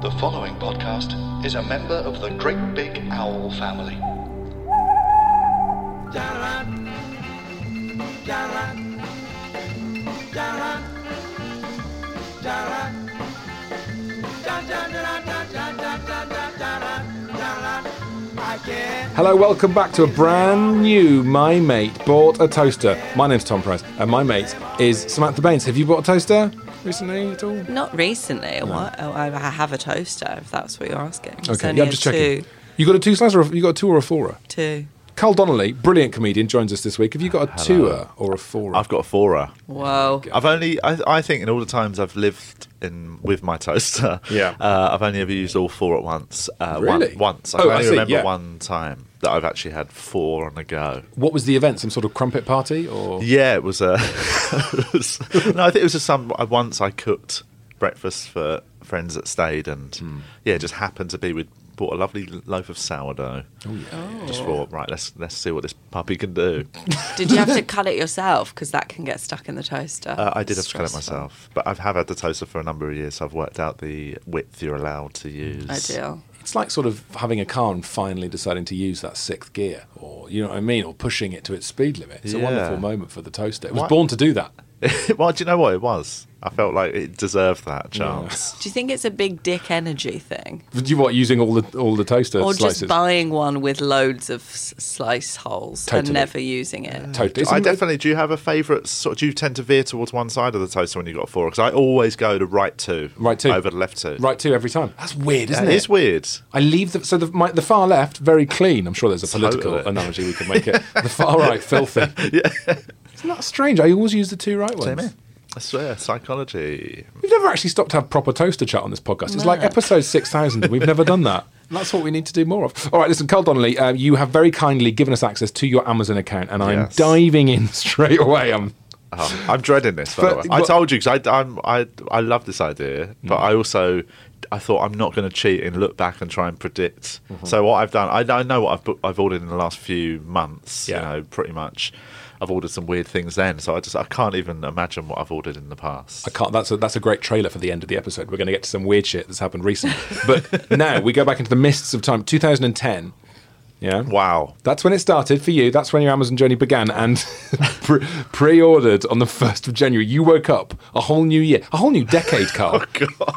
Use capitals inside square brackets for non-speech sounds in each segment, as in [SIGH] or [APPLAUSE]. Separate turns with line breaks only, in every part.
The following podcast is a member of the Great Big Owl family.
Hello, welcome back to a brand new My Mate Bought a Toaster. My name's Tom Price, and my mate is Samantha Baines. Have you bought a toaster recently at all?
Not recently. What? Oh, I I have a toaster, if that's what you're asking. It's
Okay,
only
yeah,
a
I'm just checking.
Two,
You got a two slice or a, you got a two or a fourer?
two.
Carl Donnelly, brilliant comedian, joins us this week. Have you got a twoer or a fourer?
I've got a fourer.
Whoa.
I've only, I, I think, in all the times I've lived in with my toaster,
Yeah.
uh, I've only ever used all four at once. Uh,
Really?
One, once. I
Oh,
can
I
only
see,
remember
yeah.
one time that I've actually had four on a go.
What was the event? Some sort of crumpet party or?
Yeah, it was a. [LAUGHS] it was- no, I think it was just some. I- Once I cooked breakfast for friends that stayed, and
Hmm.
yeah, just happened to be with. Bought a lovely loaf of sourdough.
Oh,
Just thought, right, let's let's see what this puppy can do.
Did you have
[LAUGHS]
to cut it yourself? Because that can get stuck in the toaster.
Uh, I did have to cut it
Stressful.
myself, but I've have had the toaster for a number of years. So I've worked out the width you're allowed to
Mm,
use.
Ideal.
It's like sort of having a car and finally deciding to use that sixth gear, or you know what I mean, or pushing it to its speed limit. It's a
Yeah.
wonderful moment for the toaster. It was
Why-
born to do that.
[LAUGHS] well, do you know what it was? I felt like it deserved that chance.
[LAUGHS]
Do you think it's a big dick energy thing?
You what using all the all the toaster
Or
slices?
just buying one with loads of s- slice holes
Totally.
and never using it?
Totally.
I
Isn't it-
definitely. Do you have a favourite? Sort? Do you tend to veer towards one side of the toaster when you have got four? Because I always go to right two,
Right two.
over the left two.
Right two every time. That's weird, isn't
That
it?
is weird.
I leave the so the, my, the far left very clean. I'm sure there's a political
Totally.
analogy we could make it. The far right
[LAUGHS]
filthy. Yeah. Isn't that strange? I always use the two right ones.
Same here. I swear, psychology.
We've never actually stopped to have proper toaster chat on this podcast. It's like episode 6,000 and we've never done that. And [LAUGHS] That's what we need to do more of. All right, listen, Carl Donnelly, uh, you have very kindly given us access to your Amazon account and I'm
Yes.
diving in [LAUGHS] straight away. I'm,
Oh, I'm dreading this. By
But- Mm.
the way. I
but-
told you because I, I'm- I I love this idea, but I also I thought I'm not going to cheat and look back and try and predict.
Mm-hmm.
So what I've done, I, I know what I've book, I've ordered in the last few months.
Yeah.
You know, pretty much. I've ordered some weird things then, so I just I can't even imagine what I've ordered in the past.
I can't. That's a, that's a great trailer for the end of the episode. We're going to get to some weird shit that's happened recently.
[LAUGHS]
But now we go back into the mists of time. 2010. Yeah.
Wow. [LAUGHS]
That's when it started for you. That's when your Amazon journey began and [LAUGHS] pre- pre-ordered on the 1st of January. You woke up a whole new year, a whole new decade,
[LAUGHS]
Carl.
God.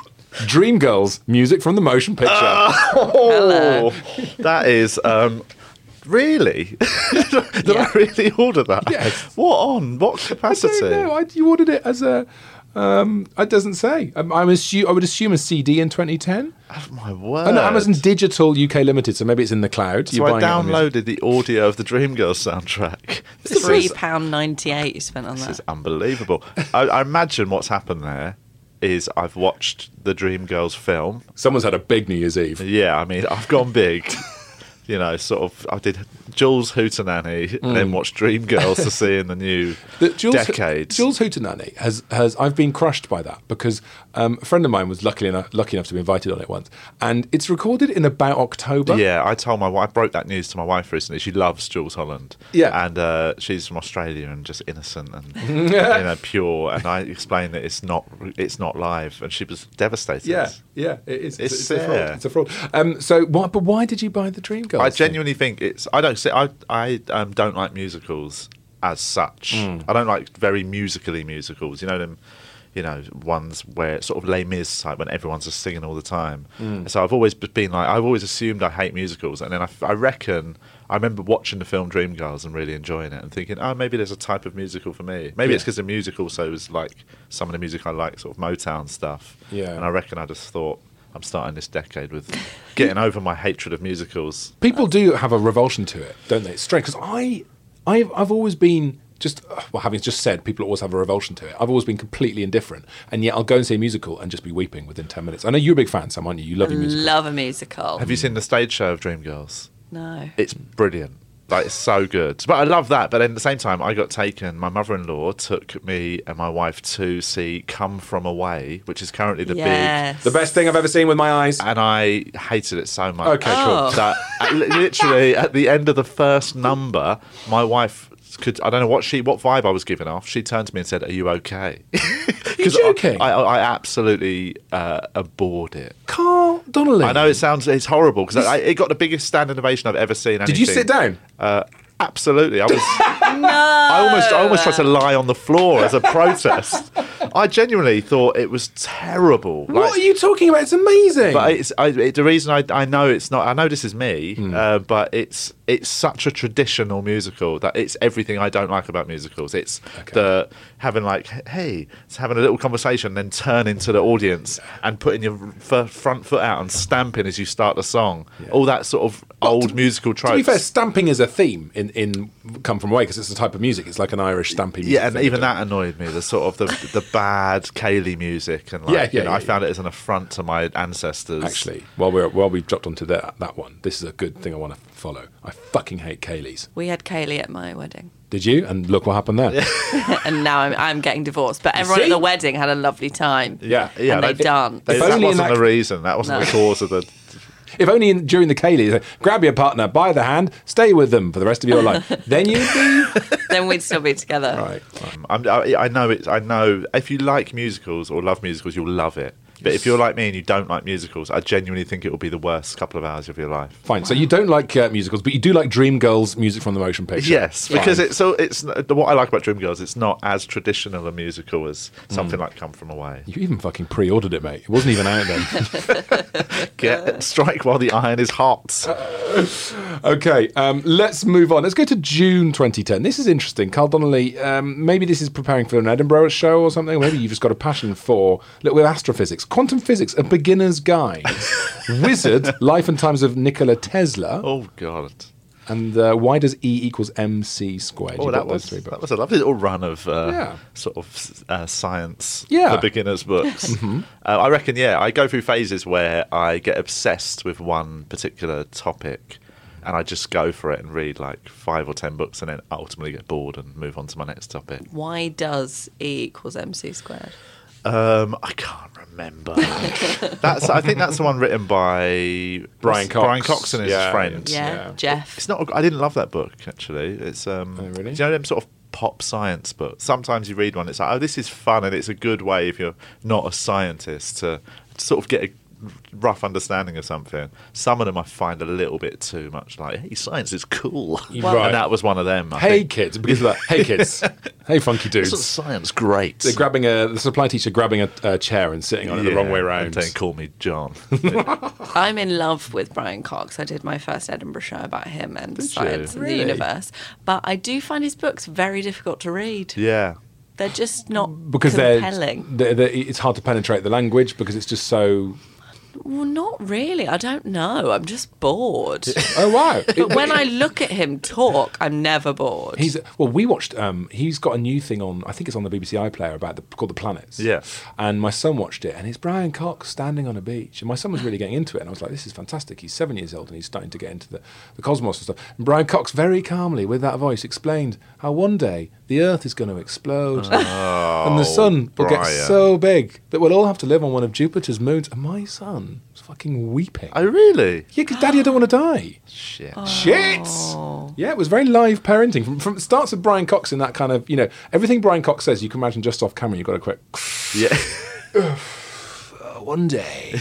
Dream Girls, music from the motion picture.
Ah, Oh, [LAUGHS] that is um, really. [LAUGHS] Did I really order that?
Yes.
What on? What
I
capacity?
don't know. I, you ordered it as a. Um, it doesn't say. I'm, I'm assu- I would assume a CD in 2010.
My word.
Oh, no, Amazon Digital UK Limited, so maybe it's in the cloud.
So I
buying it on the-
downloaded the audio of the Dreamgirls soundtrack. [LAUGHS] This
Three
is,
pound ninety eight you spent on
this
that.
is unbelievable. I, I imagine what's happened there is I've watched the Dreamgirls film.
Someone's had a big New Year's Eve.
Yeah, I mean, I've gone big.
[LAUGHS]
You know, sort of. I did Jules Hootenanny, and then watched Dreamgirls to see in the new
that Mm. Jules,
decade.
Jules Hootenanny has has I've been crushed by that because um, a friend of mine was lucky enough lucky enough to be invited on it once, and it's recorded in about October.
Yeah, I told my wife, I broke that news to my wife recently. She loves Jules Holland.
Yeah.
And uh, she's from Australia and just innocent
[LAUGHS]
and you know, pure. And I explained that it's not it's not live. And she was devastated.
Yeah, yeah, it is. It's,
It's
a fraud.
there.
It's a fraud. Um, so, why, but why did you buy the Dream Girls?
I
thing?
genuinely think it's. I don't say. I I um, don't like musicals as such.
Hmm.
I don't like very musically musicals. You know them. You know ones where sort of Les Mis type when everyone's just singing all the time.
Hmm.
So I've always been like I've always assumed I hate musicals, and then I, f- I reckon I remember watching the film Dreamgirls and really enjoying it and thinking, oh, maybe there's a type of musical for me. Maybe it's
Yeah.
because the music also is like some of the music I like, sort of Motown stuff.
Yeah.
and I reckon I just thought. I'm starting this decade with
[LAUGHS]
getting over my hatred of musicals.
People do have a revulsion to it, don't they? It's strange because I, I've, I've always been just uh, well, having just said, people always have a revulsion to it. I've always been completely indifferent, and yet I'll go and see a musical and just be weeping within ten minutes. I know you're a big fan, Sam, aren't you? You love your musicals.
Love a musical.
Have you
Hmm.
seen the stage show of Dreamgirls?
no.
It's brilliant. Like it's so good. But I love that. But at the same time, I got taken. My mother-in-law took me and my wife to see Come From Away, which is currently the big.
yes.
the best thing I've ever seen with my eyes.
And I hated it so much.
Okay, cool.
Oh.
That
[LAUGHS]
at- li- literally at the end of the first number, my wife could. I don't know what she, what vibe I was giving off. She turned to me and said, "Are you okay?" [LAUGHS] Because
joking?
I, I, I absolutely uh, abhorred it.
Carl Donnelly.
I know it sounds it's horrible because it got the biggest standing ovation I've ever seen.
Did you
anything.
sit down?
Uh, absolutely. I was.
[LAUGHS]
I almost, I almost tried to lie on the floor as a protest. I genuinely thought it was terrible.
what are you talking about? It's amazing.
But it's I, it, the reason I, I know it's not. I know this is me,
Hmm.
uh, but it's it's such a traditional musical that it's everything I don't like about musicals. It's the having like hey, it's having a little conversation, then turn into the audience and putting your f- front foot out and stamping as you start the song. All that sort of old musical tropes.
to be fair, stamping is a theme in, in Come From Away because it's the type of music. It's like an Irish stamping music.
Yeah, and
thing.
even that annoyed me. The sort of the the bad Kaylee music, and like,
Yeah, yeah,
you know,
yeah,
I found it as an affront to my ancestors.
Actually, while we're while we've dropped onto that that one, this is a good thing I want to follow. I fucking hate Kaylee's.
We had Kaylee at my wedding, [LAUGHS]
Did you? And look what happened
[LAUGHS]
there.
and now I'm, I'm getting divorced. But everyone
see?
at the wedding had a lovely time.
Yeah.
[LAUGHS] yeah,
and
I
they
think-
danced.
They-
If
that
only in
wasn't
that-
the reason. That wasn't
No.
the cause of the.
If only in, during the Kaylee, like, grab your partner by the hand, stay with them for the rest of your
[LAUGHS]
life. then you'd be
then we'd still be together.
right.
I'm, I, I know it's. I know if you like musicals or love musicals, you'll love it. But if you're like me and you don't like musicals, I genuinely think it will be the worst couple of hours of your life.
Fine. So you don't like uh, musicals, but you do like Dreamgirls music from the motion picture.
Yes, because
Fine.
it's so it's what I like about Dreamgirls. It's not as traditional a musical as something like Come From Away.
you even fucking pre-ordered it, mate. It wasn't even out then. [LAUGHS]
Get strike while the iron is hot.
Okay, um, let's move on. Let's go to June 2010. This is interesting. Carl Donnelly, um, maybe this is preparing for an Edinburgh show or something. Maybe you've just got a passion for a little bit of astrophysics. Quantum physics, a beginner's
[LAUGHS]
guide. Wizard, life and times of Nikola Tesla.
Oh God.
And uh, why does E equals MC squared?
Oh,
You
that
got those
was
three
that
books.
was a lovely little run of uh,
Yeah.
sort of uh, science
Yeah. Mm-hmm.
for beginners books. uh, I reckon, yeah, I go through phases where I get obsessed with one particular topic, and I just go for it and read like five or ten books, and then ultimately get bored and move on to my next topic.
Why does E equals MC squared?
Um, I can't remember. [LAUGHS] that's I think that's the one written by
Brian Cox.
Brian Cox and his
Yeah.
friend.
Yeah,
Yeah.
Jeff.
[LAUGHS] It's not. A, I didn't love that book actually. It's um.
Oh, really?
do you know them sort of pop science books? Sometimes you read one, it's like, oh, this is fun, and it's a good way if you're not a scientist to sort of get a rough understanding of something. Some of them I find a little bit too much like, hey, science is cool,
Well-
and that was one of them. I
Hey,
think.
kids. Because of that. Hey,
[LAUGHS]
kids. hey, funky
Sort of
dudes.
science great.
They're grabbing a, the supply teacher grabbing a, a chair and sitting on it the wrong way
Yeah,
around.
and saying, call me
[LAUGHS]
John.
I'm in love with Brian Cox. I did my first Edinburgh show about him and
Did
science
you?
and the universe. But I do find his books very difficult to read.
yeah.
They're just not
because they're,
compelling.
they're, they're- it's hard to penetrate the language because it's just so.
Well, not really. I don't know. I'm just
[LAUGHS]
bored.
Oh wow! It-
[LAUGHS] but when I look at him talk, I'm never bored.
He's well. We watched. Um, he's got a new thing on. I think it's on the BBC iPlayer about the called the planets.
Yeah.
And my son watched it, and it's Brian Cox standing on a beach, and my son was really getting into it, and I was like, "This is fantastic." He's seven years old, and he's starting to get into the, the cosmos and stuff. And Brian Cox, very calmly with that voice, explained how one day the Earth is going to explode, [LAUGHS] and the sun will get
Oh, Brian.
so big that we'll all have to live on one of Jupiter's moons. And my son was fucking weeping.
Oh, really?
Yeah, because Daddy, I don't want to die.
Shit.
Shit.
Oh.
Yeah, it was very live parenting. From, from it starts with Brian Cox in that kind of you know everything Brian Cox says. You can imagine just off camera. You've got a quick [LAUGHS]
Yeah.
"Oh, one [LAUGHS] day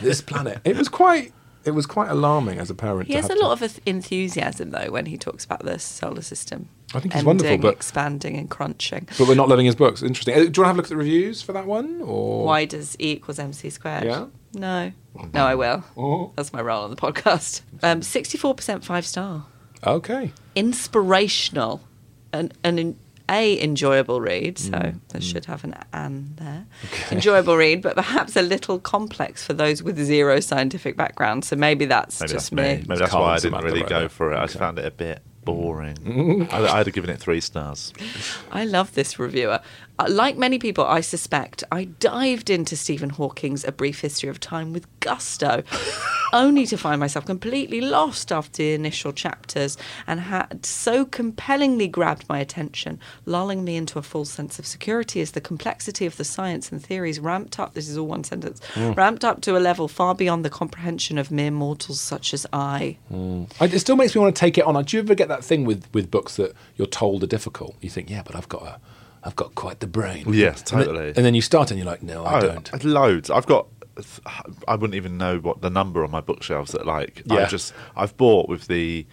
this planet. It was quite. It was quite alarming as a parent.
He
to
has a
have to-
lot of eth- enthusiasm, though, when he talks about the solar system.
I think he's
ending,
wonderful, but-
expanding and crunching.
But we're not loving his books. Interesting. Uh, Do you want to have a look at the reviews for that one? Or
Why does E equals MC squared?
Yeah.
No. No, I will.
Oh.
That's my role on the podcast. Um, 64% five star.
Okay.
Inspirational. An, an en- A enjoyable read, so there should have an an there. Enjoyable read, but perhaps a little complex for those with zero scientific background. So maybe that's
Maybe
just
that's me.
me.
Maybe that's
Carl
why I
and
didn't
Samantha
really
right
go
there. Mm.
for it. I just found it a bit
[LAUGHS]
boring. I, I'd have given it three stars.
I love this reviewer. Uh, Like many people, I suspect, I dived into Stephen Hawking's A Brief History of Time with gusto, only to find myself completely lost after the initial chapters and had so compellingly grabbed my attention, lulling me into a false sense of security as the complexity of the science and theories ramped up. This is all one sentence ramped up to a level far beyond the comprehension of mere mortals such as I.
I, it still makes me want to take it on. Like, do you ever get that thing with, with books that you're told are difficult? You think, yeah, but I've got a, I've got quite the brain.
Yes,
And then-
totally.
And then, you start and you're like, no, I
Oh,
don't.
I'd Loads. I've got. I wouldn't even know what the number on my bookshelves that like. I
Yeah.
just I've bought with the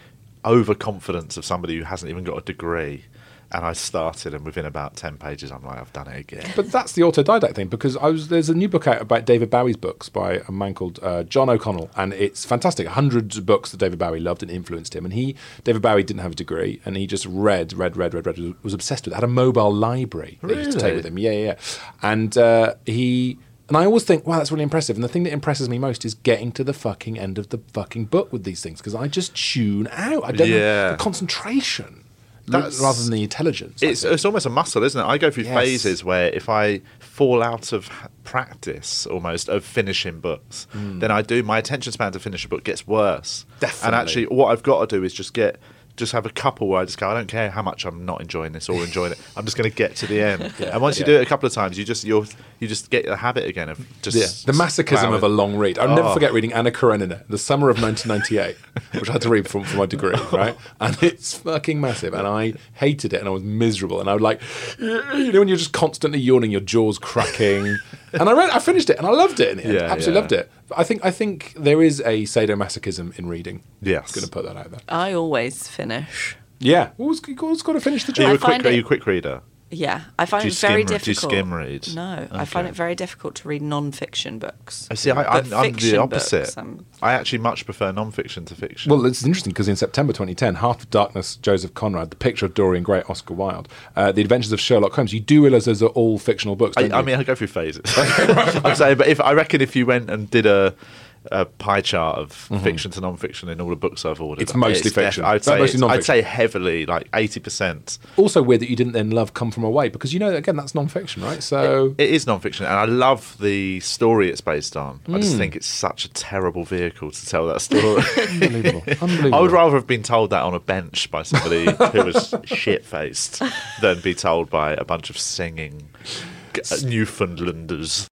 overconfidence of somebody who hasn't even got a degree, and I started, and within about ten pages, I'm like, I've done it again.
[LAUGHS] But that's the autodidact thing because I was there's a new book out about David Bowie's books by a man called uh, John O'Connell, and it's fantastic. Hundreds of books that David Bowie loved and influenced him, and he David Bowie didn't have a degree, and he just read, read, read, read, read, was obsessed with. it. Had a mobile library that he used to take
Really?
with him. Yeah, yeah, yeah. and uh, he. And I always think, wow, that's really impressive. And the thing that impresses me most is getting to the fucking end of the fucking book with these things because I just tune out. I don't
Yeah.
have the concentration
That's-
rather than the intelligence. I
It's
think.
it's almost a muscle, isn't it? I go through
Yes.
phases where if I fall out of h- practice almost of finishing books, then I do my attention span to finish a book gets worse. And
Definitely.
actually, what I've got to do is just get. Just have a couple where I just go. I don't care how much I'm not enjoying this or enjoying [LAUGHS] it. I'm just going to get to the end. and once you
yeah.
do it a couple of times, you just you're you just get the habit again of just
Yeah, the masochism of a
plowing.
long read. I'll never
Oh.
forget reading Anna Karenina, the summer of 1998, [LAUGHS] which I had to read from for my
[LAUGHS]
degree, right? And it's fucking massive, and I hated it, and I was miserable, and I would like, you know, when you're just constantly yawning, your jaws
[LAUGHS]
cracking, and I read, I finished it, and I loved it in the end,
Yeah,
absolutely
yeah.
loved it. But I think, I think there is a sadomasochism in reading.
Yes.
going to put that out there.
I always finish.
Yeah, always, always got to finish the
Are
job.
you
I
a quick?
find
Are you
it-
a quick reader?
Yeah, I find
Do you
it very
skim read- do you
difficult.
skim read?
No, I find
Okay.
it very difficult to read non-fiction books.
I see. I,
But
I'm, I'm
fiction
the
books, um,
opposite.
I'm-
I actually much prefer non-fiction to fiction.
Well, it's interesting because in September 2010, Heart of Darkness, Joseph Conrad, The Picture of Dorian Gray, Oscar Wilde, uh, The Adventures of Sherlock Holmes. You do realise those are all fictional books.
I,
Don't
I
you?
mean, I go
[LAUGHS]
through phases. [LAUGHS] I'm saying, but if I reckon if you went and did a, a pie chart of fiction to non-fiction in all the books I've
Mm-hmm.
ordered,
It's mostly fiction.
I'd
That's
say,
mostly
it's- I'd
non-fiction.
say heavily, like eighty percent.
also weird that you didn't then love Come From Away because you know again that's non-fiction, right? So
It is non-fiction, and I love the story it's based on. I
Mm.
just think it's such a terrible vehicle to tell
[LAUGHS]
that story. [LAUGHS]
unbelievable, unbelievable.
I would rather have been told that on a bench by somebody who
[LAUGHS]
was shit faced than be told by a bunch of singing g- Newfoundlanders.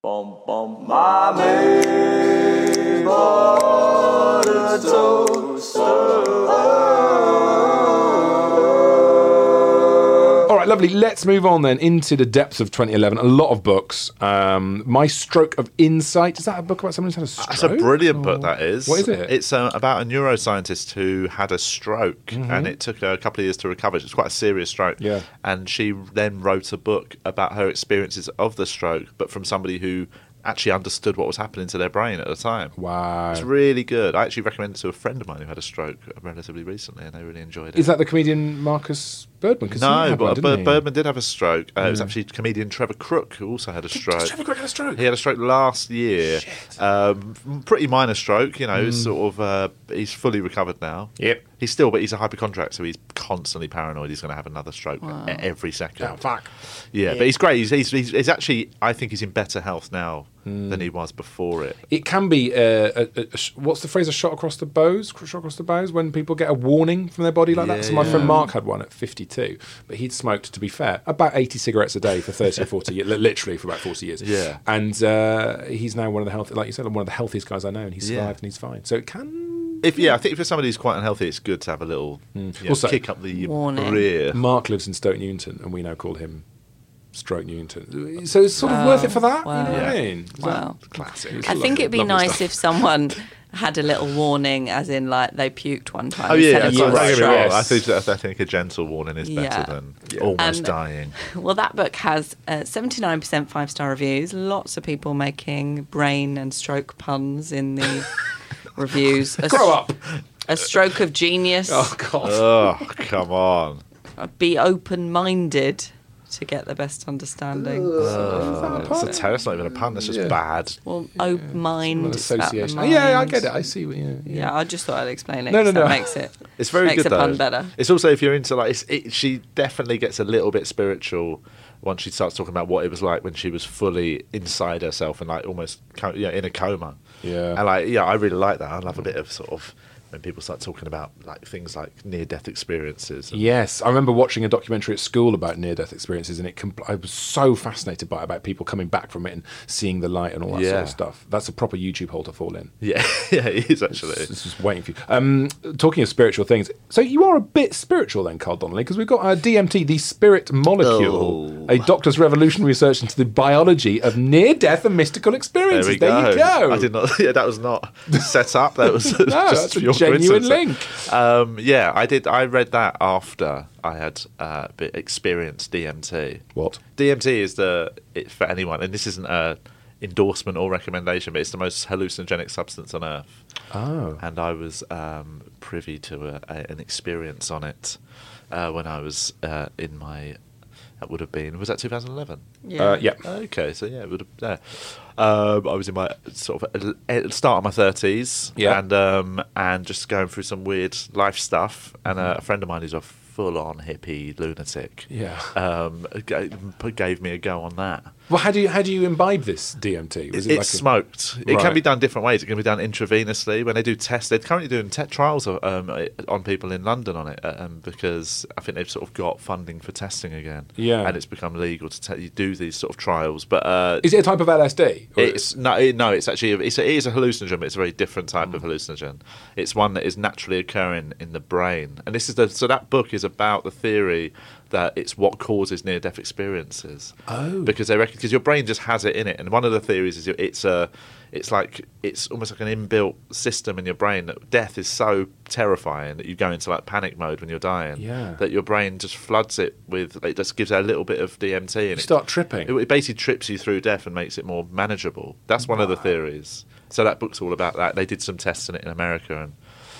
All right, lovely. Let's move on then into the depths of 2011. A lot of books. Um, My Stroke of Insight is that a book about someone who's had a stroke?
That's a brilliant book. That is.
Oh. What is it?
It's uh, about a neuroscientist who had a stroke, and it took her a couple of years to recover. It was quite a serious stroke.
Mm-hmm. Yeah.
And she then wrote a book about her experiences of the stroke, but from somebody who actually understood what was happening to their brain at the time.
Wow.
It's really good. I actually recommended it to a friend of mine who had a stroke relatively recently, and they really enjoyed it.
Is that the comedian Marcus Birdman? 'Cause he
No,
had one,
but
didn't
Bur-
he?
Birdman did have a stroke. Uh, It was actually comedian Trevor Crook who also had a stroke.
Trevor Crook had a stroke?
He had a stroke last year. Um, m- pretty minor stroke, you know. Sort of, uh, he's fully recovered now.
Yep.
He's still, but he's a hypochondriac, so he's constantly paranoid. He's going to have another stroke e- every second.
Oh, fuck.
Yeah, but he's great. He's, he's, he's, he's actually, I think he's in better health now than he was before it.
It can be uh, a, a, a sh- what's the phrase? A shot across the bows, shot across the bows. When people get a warning from their body like
Yeah,
that. So my
yeah.
friend Mark had one at 52, but he'd smoked, to be fair, about 80 cigarettes a day for 30 or 40 [LAUGHS] years, literally for about 40 years.
Yeah.
And uh, he's now one of the healthy, like you said, one of the healthiest guys I know, and he survived
Yeah.
and he's fine. So it can.
If yeah, I think if you're somebody who's quite unhealthy, it's good to have a little you know,
Also- Mm.
kick up the
Warning.
rear.
Mark lives in Stoke Newington, and we now call him. Stroke Newington. So it's sort of worth it for that.
wow.
You know what I
Yeah.
mean? Is that
Wow.
Classic.
I think it'd be
Lovely
nice
stuff.
if someone had a little warning, as in like they puked one time.
Oh
instead
yeah,
of
yeah,
you're
don't
just
get me
right.
wrong.
Yes.
I think that- I think a gentle warning is better
Yeah.
than almost dying.
Well, that book has uh, 79% five star reviews. Lots of people making brain and stroke puns in the reviews. A,
Grow up.
A stroke of genius.
Oh God.
Oh come on!
Be open minded. to get the best understanding.
that a
It's
pun?
a terror. It's not even a pun. It's just
Yeah.
bad.
Well, oh, mind.
An
it's about the
association. Yeah, I
mind.
get it. I see. what- Yeah, yeah.
Yeah, I just thought I'd explain it.
No,
No,
no, no.
That
[LAUGHS]
makes it.
It's very
makes
good
a
though.
pun better.
Uh,
It's also if you're into like, it's, it, she definitely gets a little bit spiritual once she starts talking about what it was like when she was fully inside herself and like almost co- yeah in a coma.
Yeah.
and like yeah, I really like that. I love a bit of sort of when people start talking about like things like near death experiences. and-
Yes, I remember watching a documentary at school about near-death experiences, and it compl- I was so fascinated by it, about people coming back from it and seeing the light and all that sort
Yeah.
of stuff. That's a proper YouTube hole to fall in.
[LAUGHS] yeah, yeah, it is actually.
It's, it's just waiting for you. Um, talking of spiritual things, so you are a bit spiritual then, Carl Donnelly, because we've got our DMT, the spirit molecule,
Oh.
a doctor's revolution research into the biology of near-death and mystical experiences.
There we
you go.
I did not. [LAUGHS] Yeah, that was not set up. That
[LAUGHS]
was [LAUGHS] just
that's a
pure
genuine
coincidence. Um, yeah, I did. I read that after I had uh, be- experienced DMT.
What?
DMT is the it, for anyone, and this isn't a endorsement or recommendation, but it's the most hallucinogenic substance on earth.
Oh.
And I was um, privy to a, a, an experience on it uh, when I was uh, in my. That would have been was that 2011.
Yeah.
Uh, yeah.
Okay, so yeah, it would have, yeah. Um, I was in my sort of el- el- start of my thirties,
Yeah.
and um, and just going through some weird life stuff. And uh, a friend of mine who's a full-on hippie lunatic,
Yeah.
um, ga- p- gave me a go on that.
Well, how do you how do you imbibe this DMT?
It's
Was
it's
a-
smoked. It
Right.
can be done different ways. It can be done intravenously. When they do tests, they're currently doing te- trials of, um, on people in London on it um, because I think they've sort of got funding for testing again.
Yeah.
and it's become legal to te- you do these sort of trials. But uh,
Is it a type of LSD? Or-
It's no, it- no. It's actually it's a, it is a hallucinogen, but it's a very different type
Hmm.
of hallucinogen. It's one that is naturally occurring in the brain, and this is the so that book is about the theory that it's what causes near-death experiences. Oh, because they reckon because your brain just has it in it, and one of the theories is it's a it's like it's almost like an inbuilt system in your brain that death is so terrifying that you go into like panic mode when you're dying.
Yeah.
that your brain just floods it with it just gives it a little bit of DMT and
you
it
start tripping.
it, it basically trips you through death and makes it more manageable. That's one of the theories. So that book's all about that. They did some tests in it in America and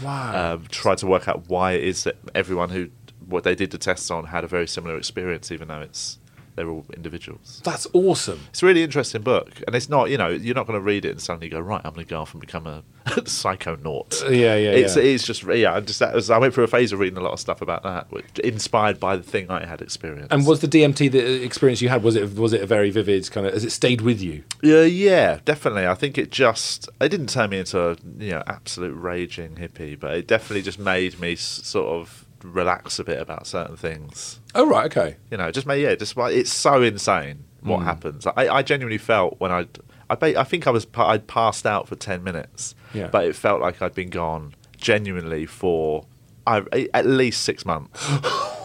wow.
um, tried to work out why it is that everyone who what they did the tests on had a very similar experience, even though it's they're all individuals.
That's awesome.
It's a really interesting book, and it's not you know you're not going to read it and suddenly go right. I'm going to go off and become a [LAUGHS] psychonaut.
Uh, yeah, yeah,
It's
yeah.
it's just yeah. I'm just that was, I went through a phase of reading a lot of stuff about that, which, inspired by the thing I had experienced.
And was the DMT the uh, experience you had? Was it was it a very vivid kind of? Has it stayed with you?
Yeah, yeah, definitely. I think it just it didn't turn me into a you know absolute raging hippie, but it definitely just made me s- sort of relax a bit about certain things.
Oh right, okay.
You know, it just made yeah, just like it's so insane what happens. I, I genuinely felt when I I ba- I think I was pa- I'd passed out for ten minutes,
Yeah.
but it felt like I'd been gone genuinely for. I, at least six months.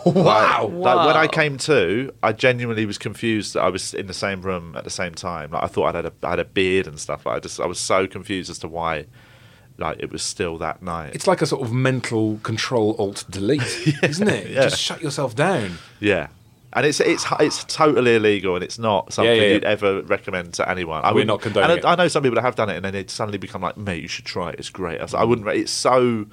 Wow.
Like when I
Wow.
came to, I genuinely was confused that I was in the same room at the same time. Like I thought I'd had a, I had a beard and stuff. Like I just I was so confused as to why, like it was still that night.
It's like a sort of mental control alt [LAUGHS] delete, isn't it? You
yeah.
Just shut yourself down.
yeah, and it's it's it's totally illegal and it's not something
yeah, yeah.
you'd ever recommend to anyone. I
We're
wouldn't-
not condoning
and I,
it.
I know some people that have done it and then they suddenly become like, mate, you should try it. It's great. I, was like, I
Mm.
wouldn't. It's so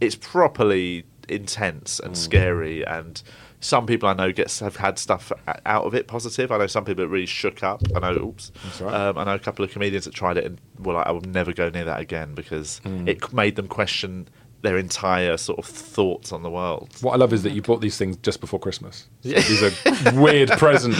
it's properly intense
Mm.
and scary and. Some people I know get have had stuff a- out of it positive. I know some people that really shook up. I know, oops.
That's all right.
Um, I know a couple of comedians that tried it and were like, "I will never go near that again" because
Mm.
it c- made them question their entire sort of thoughts on the world.
What I love is that you bought these things just before Christmas. These are [LAUGHS] weird present.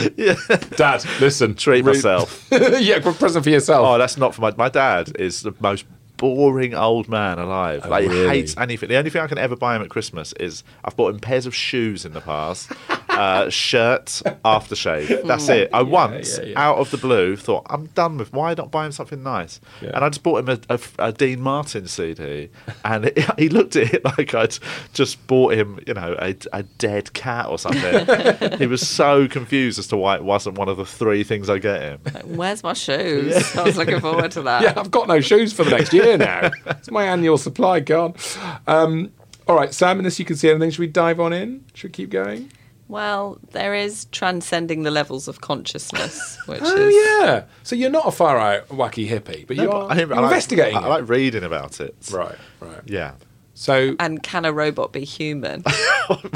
Dad, listen.
Treat
Re-
myself.
[LAUGHS] yeah, good present for yourself.
Oh, that's not for my. My dad is the most boring old man alive. like, he
Oh, really?
hates anything. The only thing I can ever buy him at Christmas is I've bought him pairs of shoes in the past,
[LAUGHS]
uh, shirt, aftershave. That's it. I once,
Hmm. yeah, yeah.
out of the blue, thought I'm done with. Why not buy him something nice?
Yeah.
And I just bought him a, a- a Dean Martin CD, and [LAUGHS] it, he looked at it like I'd just bought him, you know, a, a dead cat or
[LAUGHS]
something. he was so confused as to why it wasn't one of the three things I get him.
Like, Where's
[LAUGHS]
my shoes? I was looking forward to that.
yeah, I've got no shoes for the next year now. it's my annual supply, gone. Um, all right, Sam, unless you can see anything, should we dive on in? Should we keep going?
Well, there is transcending the levels
[LAUGHS]
of consciousness, which is
Oh, yeah. So you're not a far out wacky hippie, but you
No,
are
but I- I
you're
like-
investigating.
I,
it.
like reading about it.
Right, right.
Yeah. [LAUGHS]
So
And can a robot
[LAUGHS]
be human?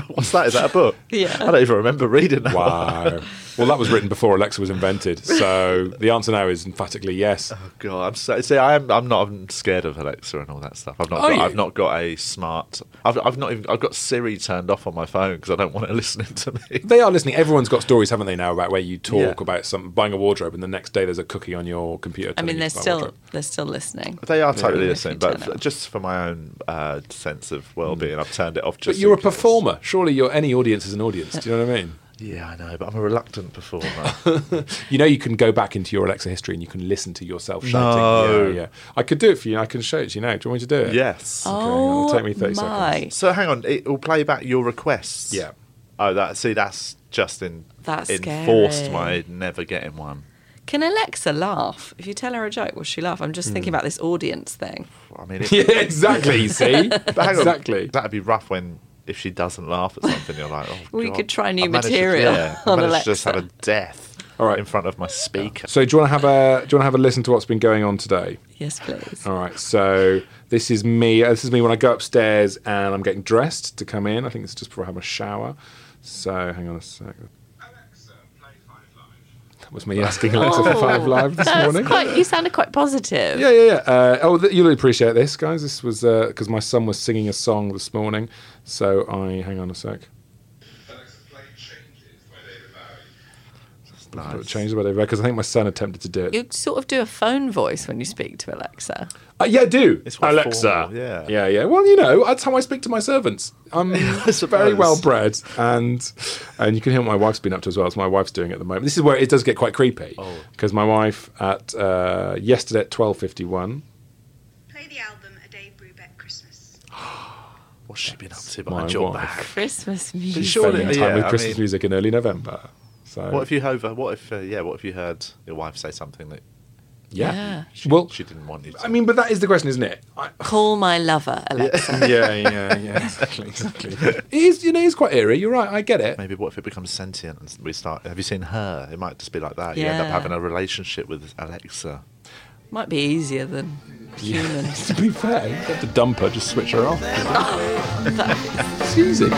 What's that? Is that a book?
[LAUGHS] Yeah.
I don't even remember reading that. one.
Wow. well, that was written before Alexa was invented. So the answer now is emphatically yes.
[LAUGHS] God, I'm so, see, I'm I'm not I'm scared of Alexa and all that stuff. I've not
Are
got,
you?
I've not got a smart. I've I've not even I've got Siri turned off on my phone because I don't want it [LAUGHS] listening to me.
They are listening. Everyone's got stories, haven't they, now, about where you talk
Yeah.
about some buying a wardrobe and the next day there's a cookie on your computer.
I
telling
mean,
you
they're
to buy a
still
wardrobe.
they're still listening.
They are totally
Yeah.
listening,
If you turn it
but
off.
just for my own uh, sense of well-being, I've turned it off.
Mm.
Just
But you're a
in case.
performer. Surely you're, any audience is an audience. Do you know what I mean?
Yeah, I know, but I'm a reluctant performer.
[LAUGHS] You know, you can go back into your Alexa history and you can listen to yourself shouting.
No.
Yeah, yeah. I could do it for you. I can show it to you now. Do you want me to do it?
yes.
it'll
oh,
take me 30
my.
seconds.
So hang on, it will play back your requests.
Yeah.
Oh, that see, that's just in
That's
enforced
scary.
my never getting one.
Can Alexa laugh? If you tell her a joke, will she laugh? I'm just
Hmm.
thinking about this audience thing.
[LAUGHS]
I mean,
[LAUGHS]
it,
Yeah, exactly. You see?
[LAUGHS] But hang on,
exactly.
That'd be rough when if she doesn't laugh at something, you're like, oh,
We
God.
could try new
I managed to-
material [LAUGHS]
yeah,
on
I managed to just have
Alexa.
a death
All right.
in front of my speaker.
So do you want to have a do you want to have a listen to what's been going on today?
Yes, please.
All right, so this is me. uh, This is me when I go upstairs and I'm getting dressed to come in. I think it's just before I have a shower. So hang on a sec.
Alexa, play Five Live.
That was me asking Alexa for
Oh,
Five Live this
That's
morning.
quite. You sounded quite positive.
yeah, yeah, yeah. Uh, oh, th- you'll appreciate this, guys. This was because my son was singing a song this morning. So I hang on a sec.
Alexa, play Changes by David Bowie.
Nice.
Change the weather because I think my son attempted to do it.
You sort of do a phone voice when you speak to Alexa.
Uh, yeah, I do.
It's quite
Alexa.
formal, yeah.
Yeah, yeah. Well, you know, that's how I speak to my servants.
[LAUGHS]
I'm very
suppose.
well bred, and and you can hear what my wife's been up to as well as my wife's doing at the moment. This is where it does get quite creepy
Oh.
because my wife at uh, yesterday at twelve fifty one.
Play the album A Dave Brubeck Christmas.
What's she been up to
My
behind your
wife.
back?
Christmas
But
music.
surely,
Spending time
yeah,
with
I
Christmas
mean,
music in early November. So
What if you over? What if uh, yeah? What if you heard your wife say something that
yeah.
Yeah.
she,
Well,
she didn't want you? To?
I mean, but that is the question, isn't it?
[COUGHS]
I,
Call my lover,
[LAUGHS]
Alexa.
yeah, yeah, yeah. Exactly, exactly. [LAUGHS] it is, you know, it's quite eerie. You're right. I get it.
maybe what if it becomes sentient and we start? Have you seen her? It might just be like that. You end up
Yeah.
having a relationship with Alexa.
Might be easier than human.
to be fair, you have to dump her, just switch her off. Jesus.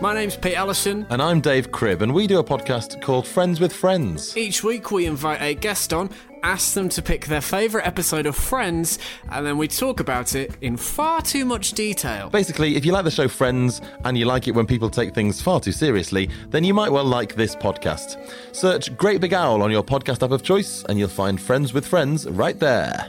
My name's Pete Allison.
And I'm Dave Cribb, and we do a podcast called Friends with Friends.
Each week we invite a guest on, ask them to pick their favourite episode of Friends, and then we talk about it in far too much detail.
Basically, if you like the show Friends and you like it when people take things far too seriously, then you might well like this podcast. Search Great Big Owl on your podcast app of choice, and you'll find Friends with Friends right there.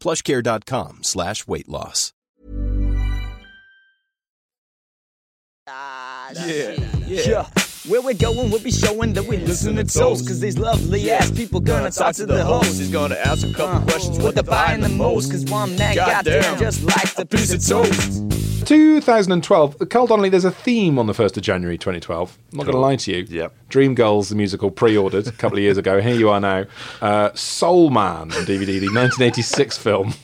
plushcare.com slash weight loss.
Yeah. Where we're going, we'll be showing that we listen to toast. Cause these lovely ass people gonna talk to the host. He's gonna ask a couple questions. What they're buying the most? Cause one man, goddamn, just likes a piece of toast.
2012. Carl Donnelly, there's a theme on the 1st of January 2012. I'm not going to lie to you.
Yep.
Dream Girls, the musical, pre ordered a couple of years ago. Here you are now. Uh, Soul Man on DVD, the 1986 [LAUGHS] film.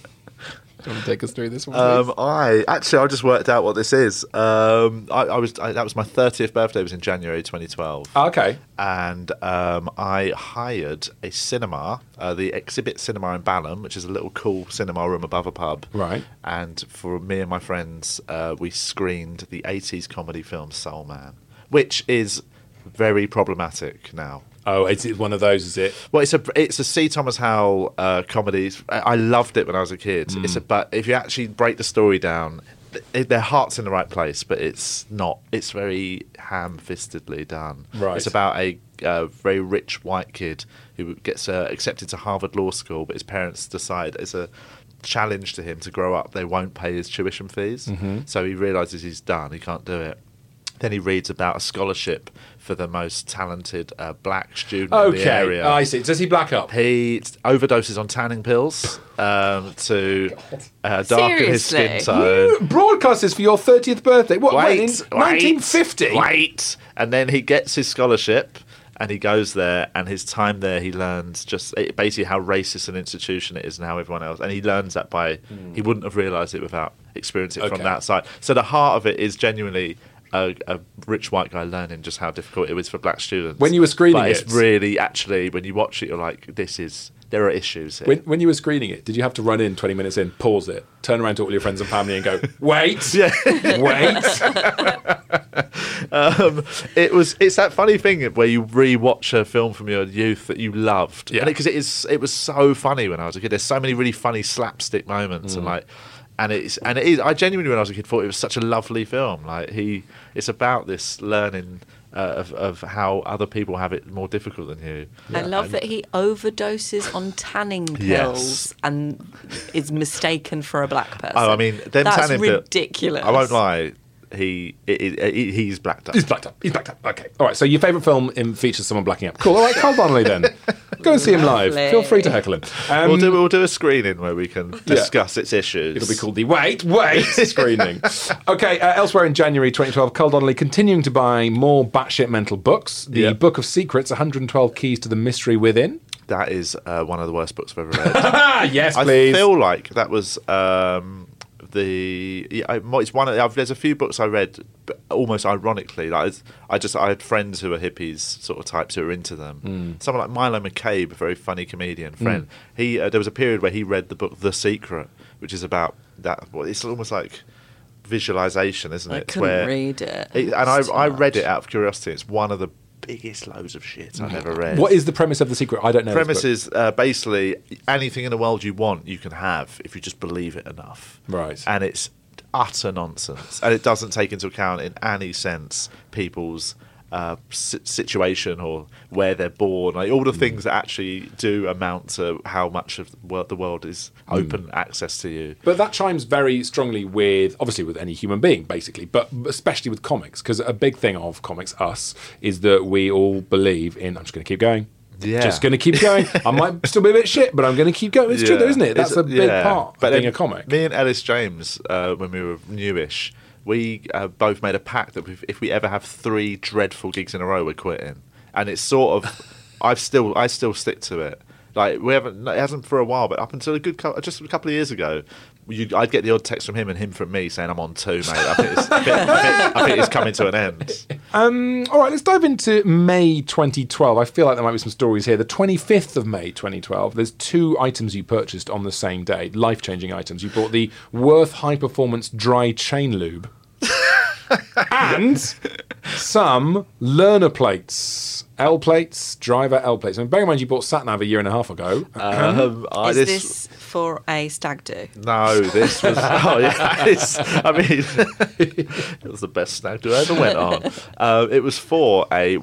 Do you want to take us through this one?
Um, I actually, I just worked out what this is. Um, I, I was I, that was my thirtieth birthday. Was in January 2012,
Ah, okay.
and um, I hired a cinema, uh, the Exhibit Cinema in Balham, which is a little cool cinema room above a pub.
Right.
And for me and my friends, uh, we screened the '80s comedy film Soul Man, which is very problematic now.
Oh, is it one of those? Is it?
Well, it's a it's a C. Thomas Howell uh, comedy. I I loved it when I was a kid.
Mm.
It's a but if you actually break the story down, th- it, their heart's in the right place, but it's not. It's very ham-fistedly done.
Right.
It's about a uh, very rich white kid who gets uh, accepted to Harvard Law School, but his parents decide it's a challenge to him to grow up. They won't pay his tuition fees,
Mhm.
so he realizes he's done. He can't do it. Then he reads about a scholarship for the most talented uh, black student in
Okay, Ah,
the area.
I see. Does he black up?
He overdoses on tanning pills um, to uh, darken his skin tone.
You broadcast this for your 30th birthday. What, when,
Wait,
in
uh, wait,
1950?
Wait, and then he gets his scholarship, and he goes there, and his time there, he learns just it, basically how racist an institution it is, and how everyone else, and he learns that by he wouldn't have realised it without experiencing it
Hmm. Okay.
from that side. So the heart of it is genuinely. A, a rich white guy learning just how difficult it was for black students.
When you were screening
But
it-
it's really actually when you watch it, you're like, this is there are issues here.
When, when you were screening it, did you have to run in 20 minutes in, pause it, turn around to all your friends and family and go, [LAUGHS] wait, wait?
um, it was it's that funny thing where you re-watch a film from your youth that you loved yeah because it is it was so funny when i was a kid there's so many really funny slapstick moments and like and it's and it is i genuinely when i was a kid thought it was such a lovely film like he it's about this learning uh, of, of how other people have it more difficult than you
I love that he overdoses on tanning pills
Yes.
and is mistaken for a black person.
Oh, I mean, them
that's
tanning pill-
ridiculous.
I won't lie. He, it, it, he he's blacked up.
He's blacked up. He's blacked up. Okay. All right. So your favourite film in, features someone blacking up. Cool. All right. Carl Donnelly then. Go and see him live.
Lovely.
Feel free to heckle him. Um,
we'll do we'll do a screening where we can discuss its issues.
It'll be called the Wait, Wait [LAUGHS] screening. okay, uh, elsewhere in January 2012, Carl Donnelly continuing to buy more batshit mental books. The Book of Secrets, 112 Keys to the Mystery
[LAUGHS]
Within.
That is uh, one of the worst books I've ever read.
yes,
I
please.
feel like that was um, the. Yeah, I- it's one. Of, I've, there's a few books I read, but almost ironically. Like it's- I just I had friends who were hippies, sort of types who were into them.
Mm.
Someone like Milo McCabe, a very funny comedian friend.
Mm.
He uh, there was a period where he read the book The Secret, which is about that. Well, it's almost like visualization, isn't
I
it? It's
couldn't read it.
And I, I read it out of curiosity. It's one of the biggest loads of shit I've ever read.
What is the premise of The Secret? I don't know. this
Premise
book.
is uh, basically anything in the world you want, you can have if you just believe it enough. Right. And it's utter nonsense. and it doesn't take into account in any sense people's uh, si- situation or where they're born. Like all the things that actually do amount to how much of the world, the world is open access to you.
But that chimes very strongly with, obviously, with any human being, basically, but especially with comics, because a big thing of comics, us, is that we all believe in, I'm just going to keep going.
Yeah.
Just going to keep going. I might still be a bit shit, but I'm going to keep going. It's true, though, isn't it? That's a big part of being a comic.
Me and Ellis James, uh, when we were newish, we uh, both made a pact that if, if we ever have three dreadful gigs in a row, we're quitting. And it's
[LAUGHS]
sort of, I've still, I still stick to it. Like we haven't, it hasn't for a while, but up until a good, cou- just a couple of years ago. You, I'd get the odd text from him and him from me saying I'm on two, mate. I think it's, I think, I think, I think it's coming to an end.
[LAUGHS]
Um, all right, let's dive into May 2012. I feel like there might be some stories here. The 25th of May 2012, there's two items you purchased on the same day, life changing items. You bought the Worth High Performance Dry Chain
[LAUGHS]
Lube and some learner plates, L plates, driver L plates. And bear in mind, you bought Sat Nav a year and a half ago.
Um, I-
Uh-huh. Is this for a stag do?
No, this was. oh yeah, it's, I mean, [LAUGHS] it was the best snag do I ever went on. Uh, it was for a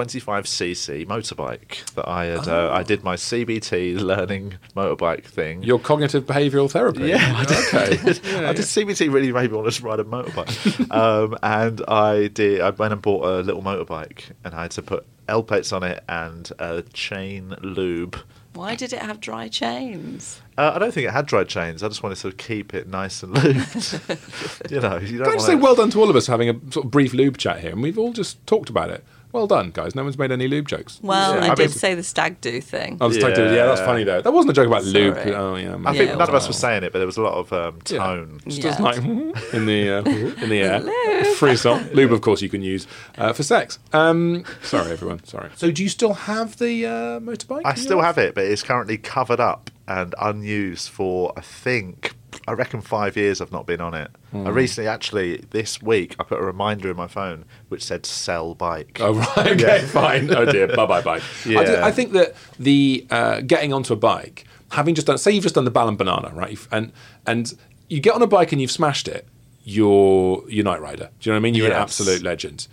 125cc motorbike that I had. Uh, I did my CBT learning motorbike thing.
Your cognitive behavioural therapy.
Yeah, [LAUGHS] I did. [LAUGHS]
Okay.
I did CBT really made me want to ride a motorbike. um, and I did. I went and bought a little motorbike, and I had to put L plates on it and a chain lube.
Why did it have dry chains?
Uh, I don't think it had dry chains. I just wanted to keep it nice and lubed. you know, you don't
Can I
want
just say well done to all of us for having a sort of brief lube chat here, and we've all just talked about it. Well done, guys. No one's made any lube jokes.
Well,
Yeah.
I, did
mean-
say the stag do thing.
I was yeah. yeah, that's funny though. That wasn't a joke about lube.
Sorry.
Oh yeah,
I
mate.
think none of us were saying it, but there was a lot of um, tone.
Just
Yeah.
like hmm, in the [LAUGHS] uh, in the air, free salt lube. Of course, you can use uh, for sex. Um, sorry, everyone. Sorry. So, do you still have the uh, motorbike?
I still have it, but it's currently covered up and unused for I think I reckon five years I've not been on it.
Hmm.
I recently, actually, this week, I put a reminder in my phone which said "sell bike."
[LAUGHS] Oh right, okay,
Yeah.
fine. Oh dear, bye bye bike. I, do-
[LAUGHS] Yeah.
I think that the uh, getting onto a bike, having just done, say you've just done the Ballon Banana, right, You've- and and you get on a bike and you've smashed it, you're you're Knight Rider. Do you know what I mean? You're an
Yes.
absolute legend.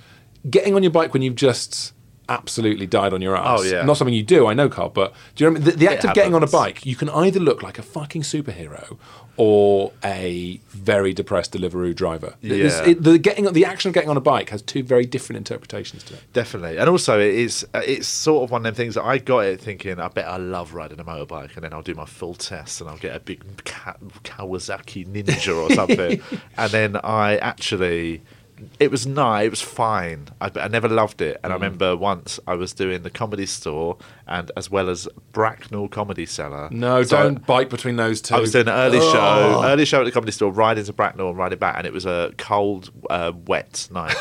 Getting on your bike when you've just absolutely died on your ass.
Oh, yeah.
Not something you do, I know, Carl, but do you know what I mean? The, the
It
act of getting on a
happens.
bike, you can either look like a fucking superhero or a very depressed Deliveroo driver. It- it's-
Yeah.
it- the getting the action of getting on a bike has two very different interpretations to it.
Definitely, and also it is uh, it's sort of one of them things that I got it thinking I bet I love riding a motorbike, and then I'll do my full test, and I'll get a big Ka- Kawasaki Ninja or something,
[LAUGHS]
and then I actually. It was nice. It was fine. I, but I never loved it, and I
Mm.
remember once I was doing the comedy store, and as well as Bracknell Comedy Cellar.
No,
So I-
don't bite between those two.
I was doing an early
Oh.
show, early show at the comedy store, riding to Bracknell and riding back, and it was a cold, uh, wet
[LAUGHS]
night.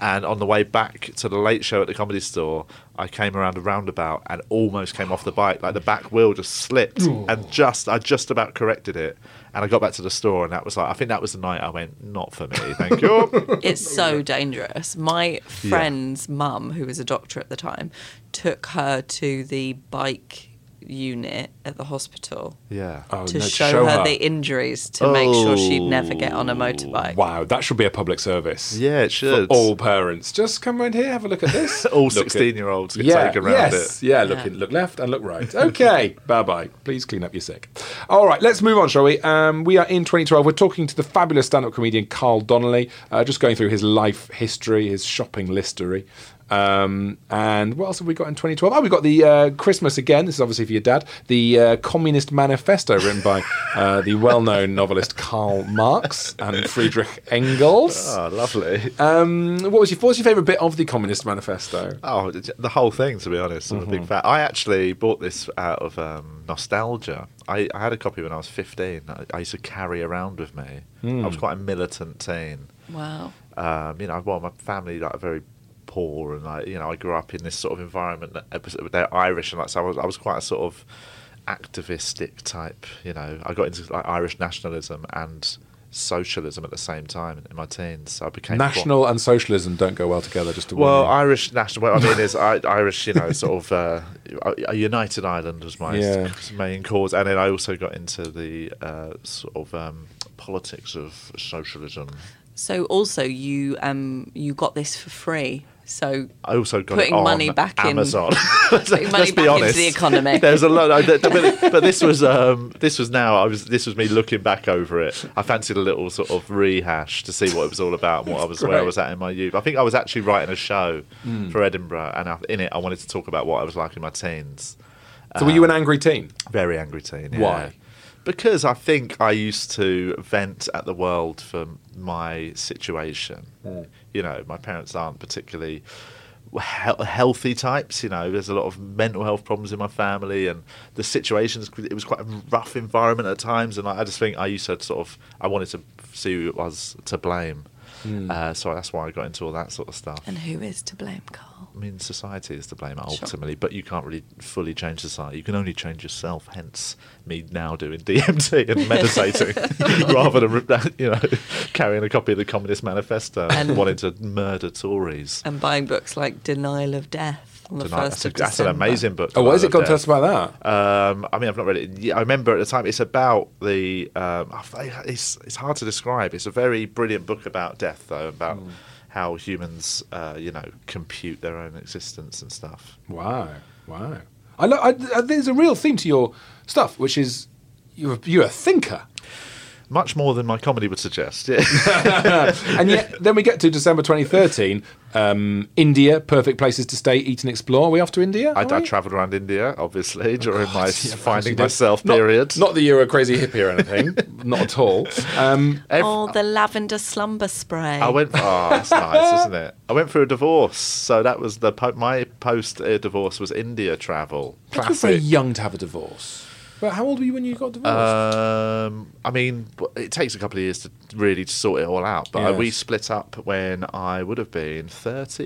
and on the way back to the late show at the comedy store, I came around a roundabout and almost came off the bike. Like the back wheel just slipped, and just I just about corrected it. And I got back to the store, and that was like I think that was the night I went, not for me, thank
[LAUGHS]
you. [LAUGHS]
it's so dangerous. My friend's mum, who was a doctor at the time, took her to the bike unit at the hospital.
Yeah.
Oh,
to
no, to
show,
show
her,
her.
the injuries to make sure she'd never get
Oh.
on a motorbike.
Wow, that should be a public service.
Yeah, it should.
For all parents, just come round here, have a look at this.
[LAUGHS] All
Look at-
16-year-olds get
yeah,
taken round
yes,
it.
Yeah, look,
Yeah.
in- look left and look right. Okay, [LAUGHS] bye bye. Please clean up your sick. All right, let's move on, shall we? Um, we are in 2012. We're talking to the fabulous stand up comedian Carl Donnelly, uh, just going through his life history, his shopping listery. Um, and what else have we got in 2012? Oh, we've got the uh, Christmas again. This is obviously for your dad. The uh, Communist Manifesto, written by [LAUGHS] uh, the well known novelist Karl Marx and Friedrich Engels.
oh, lovely.
Um, what was your, what was your favourite bit of the Communist Manifesto?
Oh, the the whole thing, to be honest. I'm a big fan. I actually bought this out of um, nostalgia. I, I had a copy when I was 15. I, I used to carry around with me. I was quite a militant teen.
Wow.
Um, you know, well, my family like are very poor, and like you know, I grew up in this sort of environment that it was- they're Irish, and like so, I was, I was quite a sort of activistic type. You know, I got into like Irish nationalism and socialism at the same time in my teens. So I became quite-
National and socialism don't go well together. Just to
well,
warn
Irish national. What I mean is, I, Irish, you know, sort of uh, a united Ireland was my
Yeah.
main cause, and then I also got into the uh, sort of um, politics of socialism.
So also you um you got this for free. So
I also got
Putting
it on
money back in-
Amazon.
[LAUGHS] putting money
Let's be
back
honest.
into the economy.
[LAUGHS] There's a lot, I-
[LAUGHS]
th- th- but, but this was um, this was now. I was this was me looking back over it. I fancied a little sort of rehash to see what it was all about, and what I was where I
great.
was at in my youth. I think I was actually writing a show for Edinburgh, and I, in it, I wanted to talk about what I was like in my teens.
you. So, were you an angry teen?
Very angry teen. yeah.
Why?
Because I think I used to vent at the world for my situation. You know, my parents aren't particularly he- healthy types. You know, there's a lot of mental health problems in my family, and the situations. It was quite a rough environment at times, and I I just think I used to sort of I wanted to see who it was to blame. Uh, so that's why I got into all that sort of stuff.
and who is to blame, Carl?
I mean, society is to blame ultimately, but you can't really fully change society. You can only change yourself. Hence, me now doing [LAUGHS] DMT
[LAUGHS]
and meditating rather than re- you know carrying a copy of the Communist Manifesto and wanting to murder Tories.
And buying books like Denial of Death on the
Tonight-
first
that's, a-
of
that's an
December.
amazing book.
Oh, what has
Denial
it
of
got to
Death.
us about that?
Um, I mean, I've not read it. Yeah, I remember at the time it's about the. Um, I f- it's it's hard to describe. It's a very brilliant book about death, though, about
Hmm.
how humans, uh, you know, compute their own existence and stuff.
Wow, wow. I, lo- I, I- there's a real theme to your stuff, which is you're, you're a
[LAUGHS]
thinker.
Much more than my comedy would suggest. Yeah.
and yet, then we get to December 2013. Um, India, perfect places to stay, eat and explore. Are we off to India?
[LAUGHS] I,
Are
I
we?
travelled around India, obviously, during
Oh,
my
Yeah, of course you
finding
did.
myself
Not-
period.
Not that you're a crazy hippie or
[LAUGHS]
anything, not at all. Um,
Ev-
Oh, the lavender slumber spray.
[LAUGHS]
I went. Oh, that's nice, isn't it? I went through a divorce, so that was the po- my post uh, divorce was India travel.
you're very young to have a divorce. Well, how old were you when you got divorced?
Um, I mean, w- it takes a couple of years to really to sort it all out. But I- we
Yes.
split up when I would have been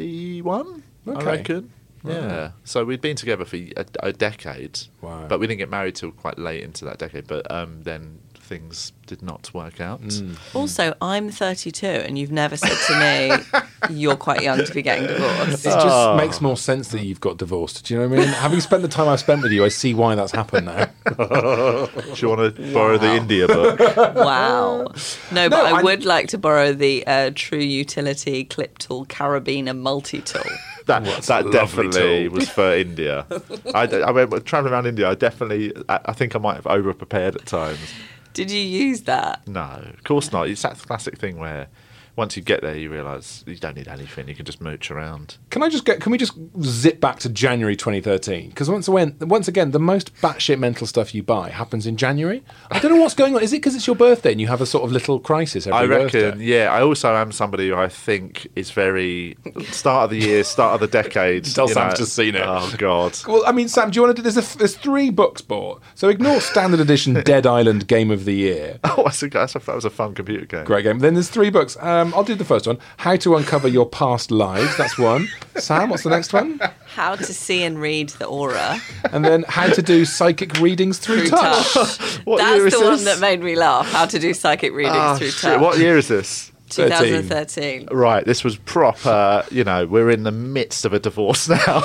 thirty-one.
Okay.
I reckon. Yeah. So we'd been together for a, a decade.
Wow.
But we didn't get married till quite late into that decade. But um, then things did not work out.
Mm.
Also, I'm 32, and you've never said to me,
[LAUGHS]
"You're quite young to be getting divorced."
It just
Ah.
makes more sense that you've got divorced. Do you know what I mean? Having spent the time I've spent with you, I see why that's happened now.
Do you want to borrow the
[LAUGHS]
India book?
wow. No, but I would like to borrow the uh, True Utility Clip Tool Carabiner Multi Tool.
That, that
lovely
definitely
tool.
was for India. I, d- I went traveling around India. I definitely, I, I think I might have over prepared at times.
Did you use that?
No, of course not. It's that classic thing where once you get there, you realise you don't need anything. You can just mooch around.
Can I just get? Can we just zip back to January 2013? Because once again, once again, the most batshit mental stuff you buy happens in January. I don't know what's going on. Is it because it's your birthday and you have a sort of little crisis every
I reckon,
birthday?
yeah. I also am somebody who I think is very start of the year, start of the
[LAUGHS]
decade.
Tell
you
Sam
know.
to see it.
Oh
[LAUGHS]
God.
Well, I mean, Sam, do you want to do? There's, a, there's three books bought, so ignore standard
[LAUGHS]
edition Dead Island Game of the Year.
Oh, that's a, that's a, that was a fun computer game.
Great game. Then there's three books. Um, I'll do the first one. How to Uncover Your Past Lives. That's one. Sam, what's the next one?
How to see and read the aura
And then How to Do Psychic Readings Through,
through
touch.
touch.
[LAUGHS] What year
That's
is
the one
this?
that made me laugh. How to do psychic readings
Ah,
through
shit,
touch.
What year is this?
2013.
Right, this was proper. You know, we're in the midst of a divorce [LAUGHS] now.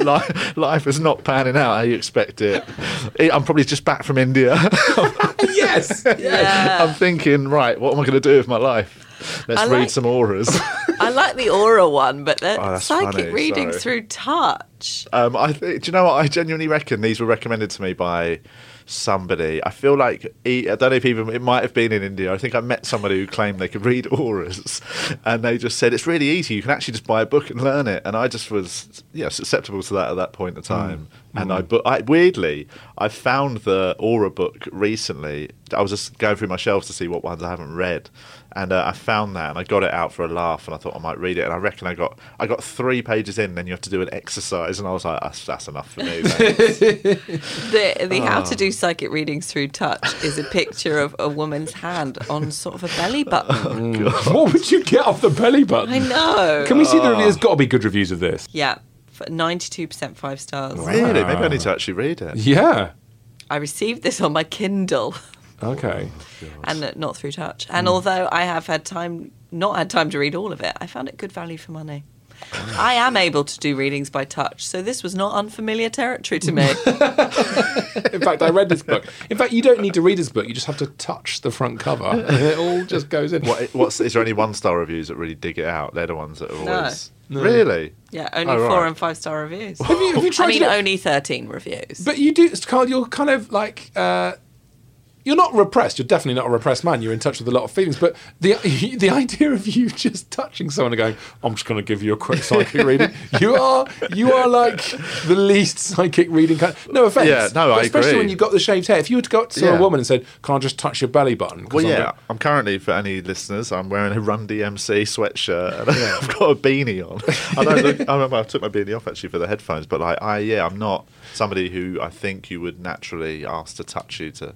life, life is not panning out how you expect it. I- I'm probably just back from India. [LAUGHS]
yes.
Yeah.
I'm thinking, right, what am I going to do with my life? Let's
I
read
like- [LAUGHS]
some auras.
I like the aura one, but the
Oh, that's
psychic
funny,
readings through
sorry.
touch.
um, I th- do you know what? I genuinely reckon these were recommended to me by somebody. I feel like e- I don't know if even it might have been in India. I think I met somebody who claimed they could read auras, [LAUGHS] and they just said it's really easy. You can actually just buy a book and learn it. And I just was yeah susceptible to that at that point in time.
Mm.
And I, bu- I weirdly I found the aura book recently. I was just going through my shelves to see what ones I haven't read. And uh, I found that, and I got it out for a laugh, and I thought I might read it. And I reckon I got I got three pages in. Then you have to do an exercise, and I was like, that's, that's enough for me. mate."
The the how
Oh.
to do psychic readings through touch is a picture of a woman's hand on sort of a belly button.
What would you get off the belly button? Ah.
I know.
Oh, Mm. Can we see the reviews? There's got to be good reviews of this.
Yeah, ninety two percent five stars.
Really? Maybe I need to actually read it.
Yeah.
I received this on my Kindle,
Okay.
and uh, not through touch.
Mm.
And although I have had time, not had time to read all of it, I found it good value for money. I am able to do readings by touch, so this was not unfamiliar territory
[LAUGHS]
to me.
In fact, I read this book. In fact, you don't need to read this book. You just have to touch the front cover, and it all just goes in.
What, what's is there any one star reviews that really dig it out? They're the ones that are
No.
always really.
Yeah, only
Oh,
four
right.
and five star reviews.
Have you, have you tried
I mean,
to get-
only thirteen reviews.
But you do, Carl. You're kind of like. Uh, you're not repressed. You're definitely not a repressed man. You're in touch with a lot of feelings. But the [LAUGHS] the idea of you just touching someone and going, "I'm just going to give you a quick psychic
[LAUGHS]
reading," you are you are like the least psychic reading kind. no offense.
Yeah, no,
but
I
Especially
agree.
when you've got the shaved hair. If you were to go up to
Yeah.
a woman and said, "Can I just touch your belly button?" 'Cause
Well,
I'm
yeah,
doing-
I'm currently for any listeners. I'm wearing a Run DMC sweatshirt. And [LAUGHS] I've got a
[LAUGHS]
beanie on. I don't look. I remember I took my beanie off actually for the headphones. But like, I yeah, I'm not somebody who I think you would naturally ask to touch you to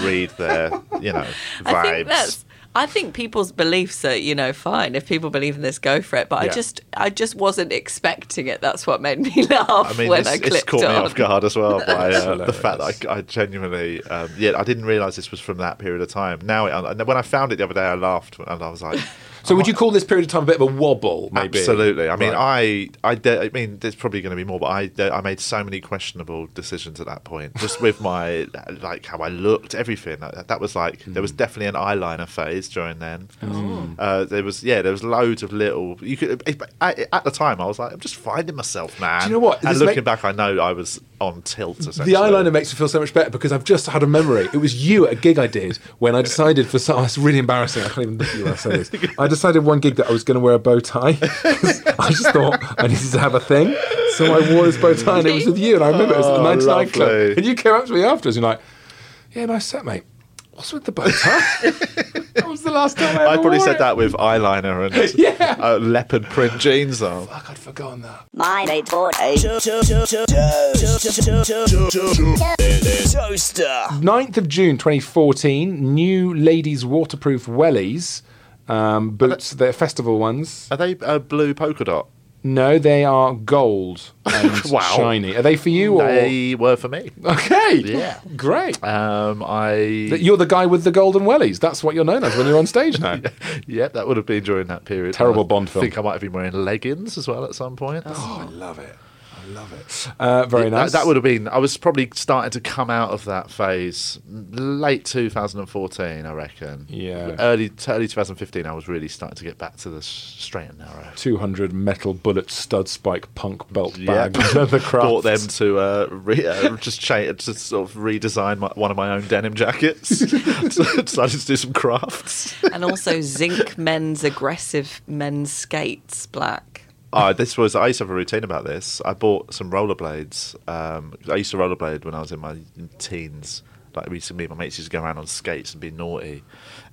read their you know
[LAUGHS]
vibes.
I think that's. I think people's beliefs are, you know, fine. If people believe in this, go for it. But
Yeah.
I just, I just wasn't expecting it. That's what made me [LAUGHS] laugh
I mean,
when
it's,
I
it's
clicked
caught
on.
me off guard as well by uh, the
hilarious.
fact that I, I genuinely, um, yeah, I didn't realise this was from that period of time. Now, it, when I found it the other day, I laughed and I was like,
So would you call this period of time a bit of a wobble? Maybe.
Absolutely. I mean,
Right.
I, I, de- I mean, there's probably going to be more, but I, I made so many questionable decisions at that point,
[LAUGHS]
just with my like how I looked, everything. That, that was like there
Hmm.
was definitely an eyeliner phase during then.
Oh.
Uh, there was yeah, there was loads of little. You could it- I, at the time I was like, I'm just finding myself, man.
Do you know what?
And
This
looking
make-
back, I know I was on tilt.
The
Essentially.
eyeliner makes me feel so much better because I've just had a memory. It was you at a gig I did when I decided for some. [LAUGHS] It's really embarrassing. I can't even look at you when I say this. I decided one gig that I was going to wear a bow tie. 'cause [LAUGHS] I just thought I needed to have a thing, so I wore this bow tie and it was with you. And I remember it was at the
Oh,
99 Club,
lovely.
and you came up to me afterwards and you're like, "Yeah, nice set, mate. What's with the bow
[LAUGHS]
tie? that was the last time I ever
I probably
wore
said
it. [LAUGHS]
that with eyeliner and
Yeah.
uh, leopard print jeans on.
Fuck, I'd forgotten that.
Mine a board.
Toaster.
9th of June 2014, new ladies waterproof wellies, um, boots, they're festival ones.
Are they uh, blue polka dot?
No, they are gold and
[LAUGHS] Wow.
shiny. Are they for you or?
They were for me.
Okay.
Yeah.
Great.
Um, I.
That You're the guy with the golden wellies. That's what you're known as when you're on stage now.
[LAUGHS] Yeah, that would have been during that period.
Terrible
I
Bond film.
think I might have been wearing leggings as well at some point.
Oh, I love it. I love it. Uh, very
That-
nice.
That, would have been. I was probably starting to come out of that phase, late 2014, I reckon.
Yeah.
Early, t- early 2015, I was really starting to get back to the s- straight and narrow.
200 metal bullet stud spike punk belt
Yeah.
bag [LAUGHS] leather craft.
[LAUGHS] Bought them to uh, re- uh, just cha- to sort of redesign my, one of my own
[LAUGHS]
denim jackets. [LAUGHS] so I decided to do some crafts.
and also zinc [LAUGHS] men's aggressive men's skates black.
Oh, this was. I used to have a routine about this. I bought some rollerblades. Um, I used to rollerblade when I was in my teens. Like we used to meet my mates used to go around on skates and be naughty,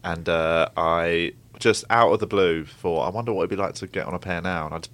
and uh, I just out of the blue thought, I wonder what it'd be like to get on a pair now. And I'd,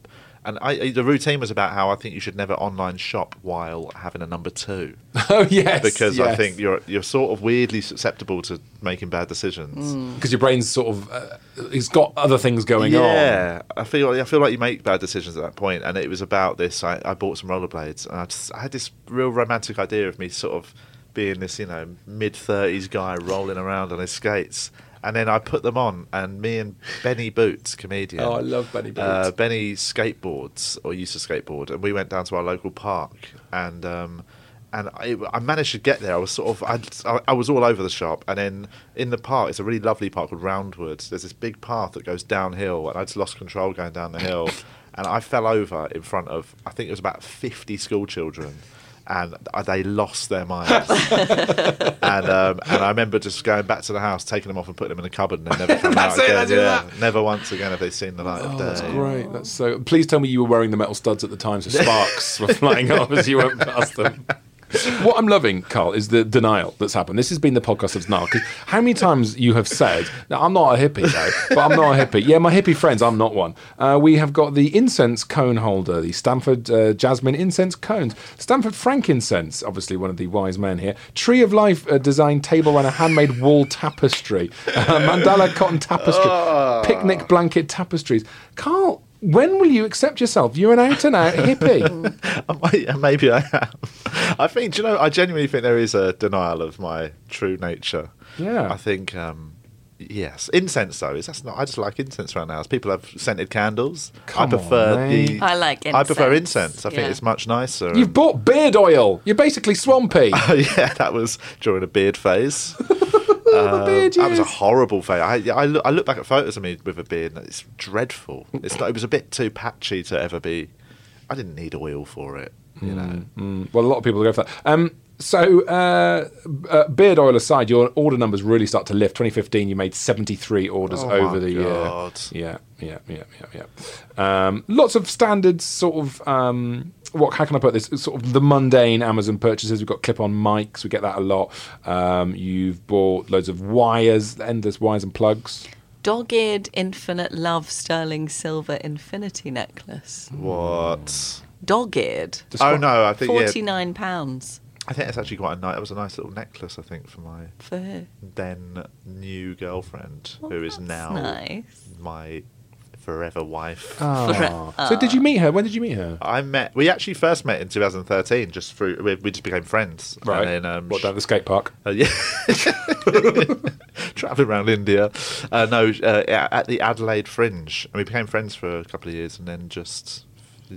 and I the routine was about how I think you should never online shop while having a number two
Oh, [LAUGHS] yes.
because I
yes.
think you're you're sort of weirdly susceptible to making bad decisions.
Because your brain's sort of. Uh, it's got other things going on.
yeah, I feel I feel like you make bad decisions at that point, and it was about this. I, I bought some rollerblades, and I just I had this real romantic idea of me sort of being this you know mid thirties guy rolling around on his skates. And then I put them on, and me and Benny Boots, comedian.
Oh, I love Benny Boots.
Uh, Benny skateboards or used to skateboard, and we went down to our local park, and um, and I, I managed to get there. I was sort of I, I- I was all over the shop, and then in the park, it's a really lovely park called Roundwood. There's this big path that goes downhill, and I just lost control going down
[LAUGHS]
the hill, and I fell over in front of I think it was about 50 school children. And I- they lost
[LAUGHS]
their minds, and um, and I remember just going back to the house, taking them off and putting them in a cupboard, and
[LAUGHS]
they never come
That's
out
it,
again.
that's it,
yeah.
that.
never once again have they seen the light of day.
Oh, That's great. That's so. Please tell me you were wearing the metal studs at the time, so sparks were
[LAUGHS]
flying off as you went past them. What I'm loving, Carl, is the denial that's happened. This has been the podcast of denial. Because how many times you have said, "Now I'm not a hippie, though, but I'm not a hippie." Yeah, my hippie friends, I'm not one. Uh, we have got the incense cone holder, the Stanford uh, Jasmine incense cones, Stanford frankincense, obviously one of the wise men here. Tree of Life uh, design table and a handmade wall tapestry, uh, mandala cotton tapestry, picnic blanket tapestries. Carl, when will you accept yourself? You're an out and out hippie.
I might- Maybe I am. I think, do you know, I genuinely think there is a denial of my true nature.
Yeah.
I think, um, yes. Incense, though, is that's not, I just like incense right now. As people have scented candles,
Come
I prefer
on, mate.
the.
I like
I prefer
incense,
incense. I think
yeah.
it's much nicer.
You've bought beard oil. You're basically [LAUGHS] swampy.
[LAUGHS] yeah, that was during a
[LAUGHS]
beard phase. Um,
the beard
That was a
years.
horrible phase. I, I, look, I look back at photos of me with a beard and it's dreadful. It's not, it was a bit too patchy to ever be. I didn't need oil for it, you know.
Mm, Well, a lot of people go for that. Um, so, uh, b- uh, beard oil aside, your order numbers really start to lift. 2015, you made 73 orders
Oh
over
my
the
God.
year. Yeah, yeah, yeah, yeah, yeah. Um, lots of standard sort of. Um, what? How can I put this? Sort of the mundane Amazon purchases. We've got clip-on mics. We get that a lot. Um, you've bought loads of wires, endless wires and plugs.
Dog-eared infinite love sterling silver infinity necklace.
What?
Dog-eared.
Oh no, I think yeah,
Forty-nine pounds
I think it's actually quite a nice. That was a nice little necklace, I think, for my
for her.
then new girlfriend,
Well,
who is
that's
now
nice. Ah.
my forever wife.
Oh. so, did you meet her? When did you meet her?
I met. We actually first met in 2013, just through. We, we just became friends,
Right.
And then, um,
what
sh-
down at the skate park?
uh, yeah, [LAUGHS] traveling around India. Uh, no, uh, a- at the Adelaide Fringe, and we became friends for a couple of years, and then just.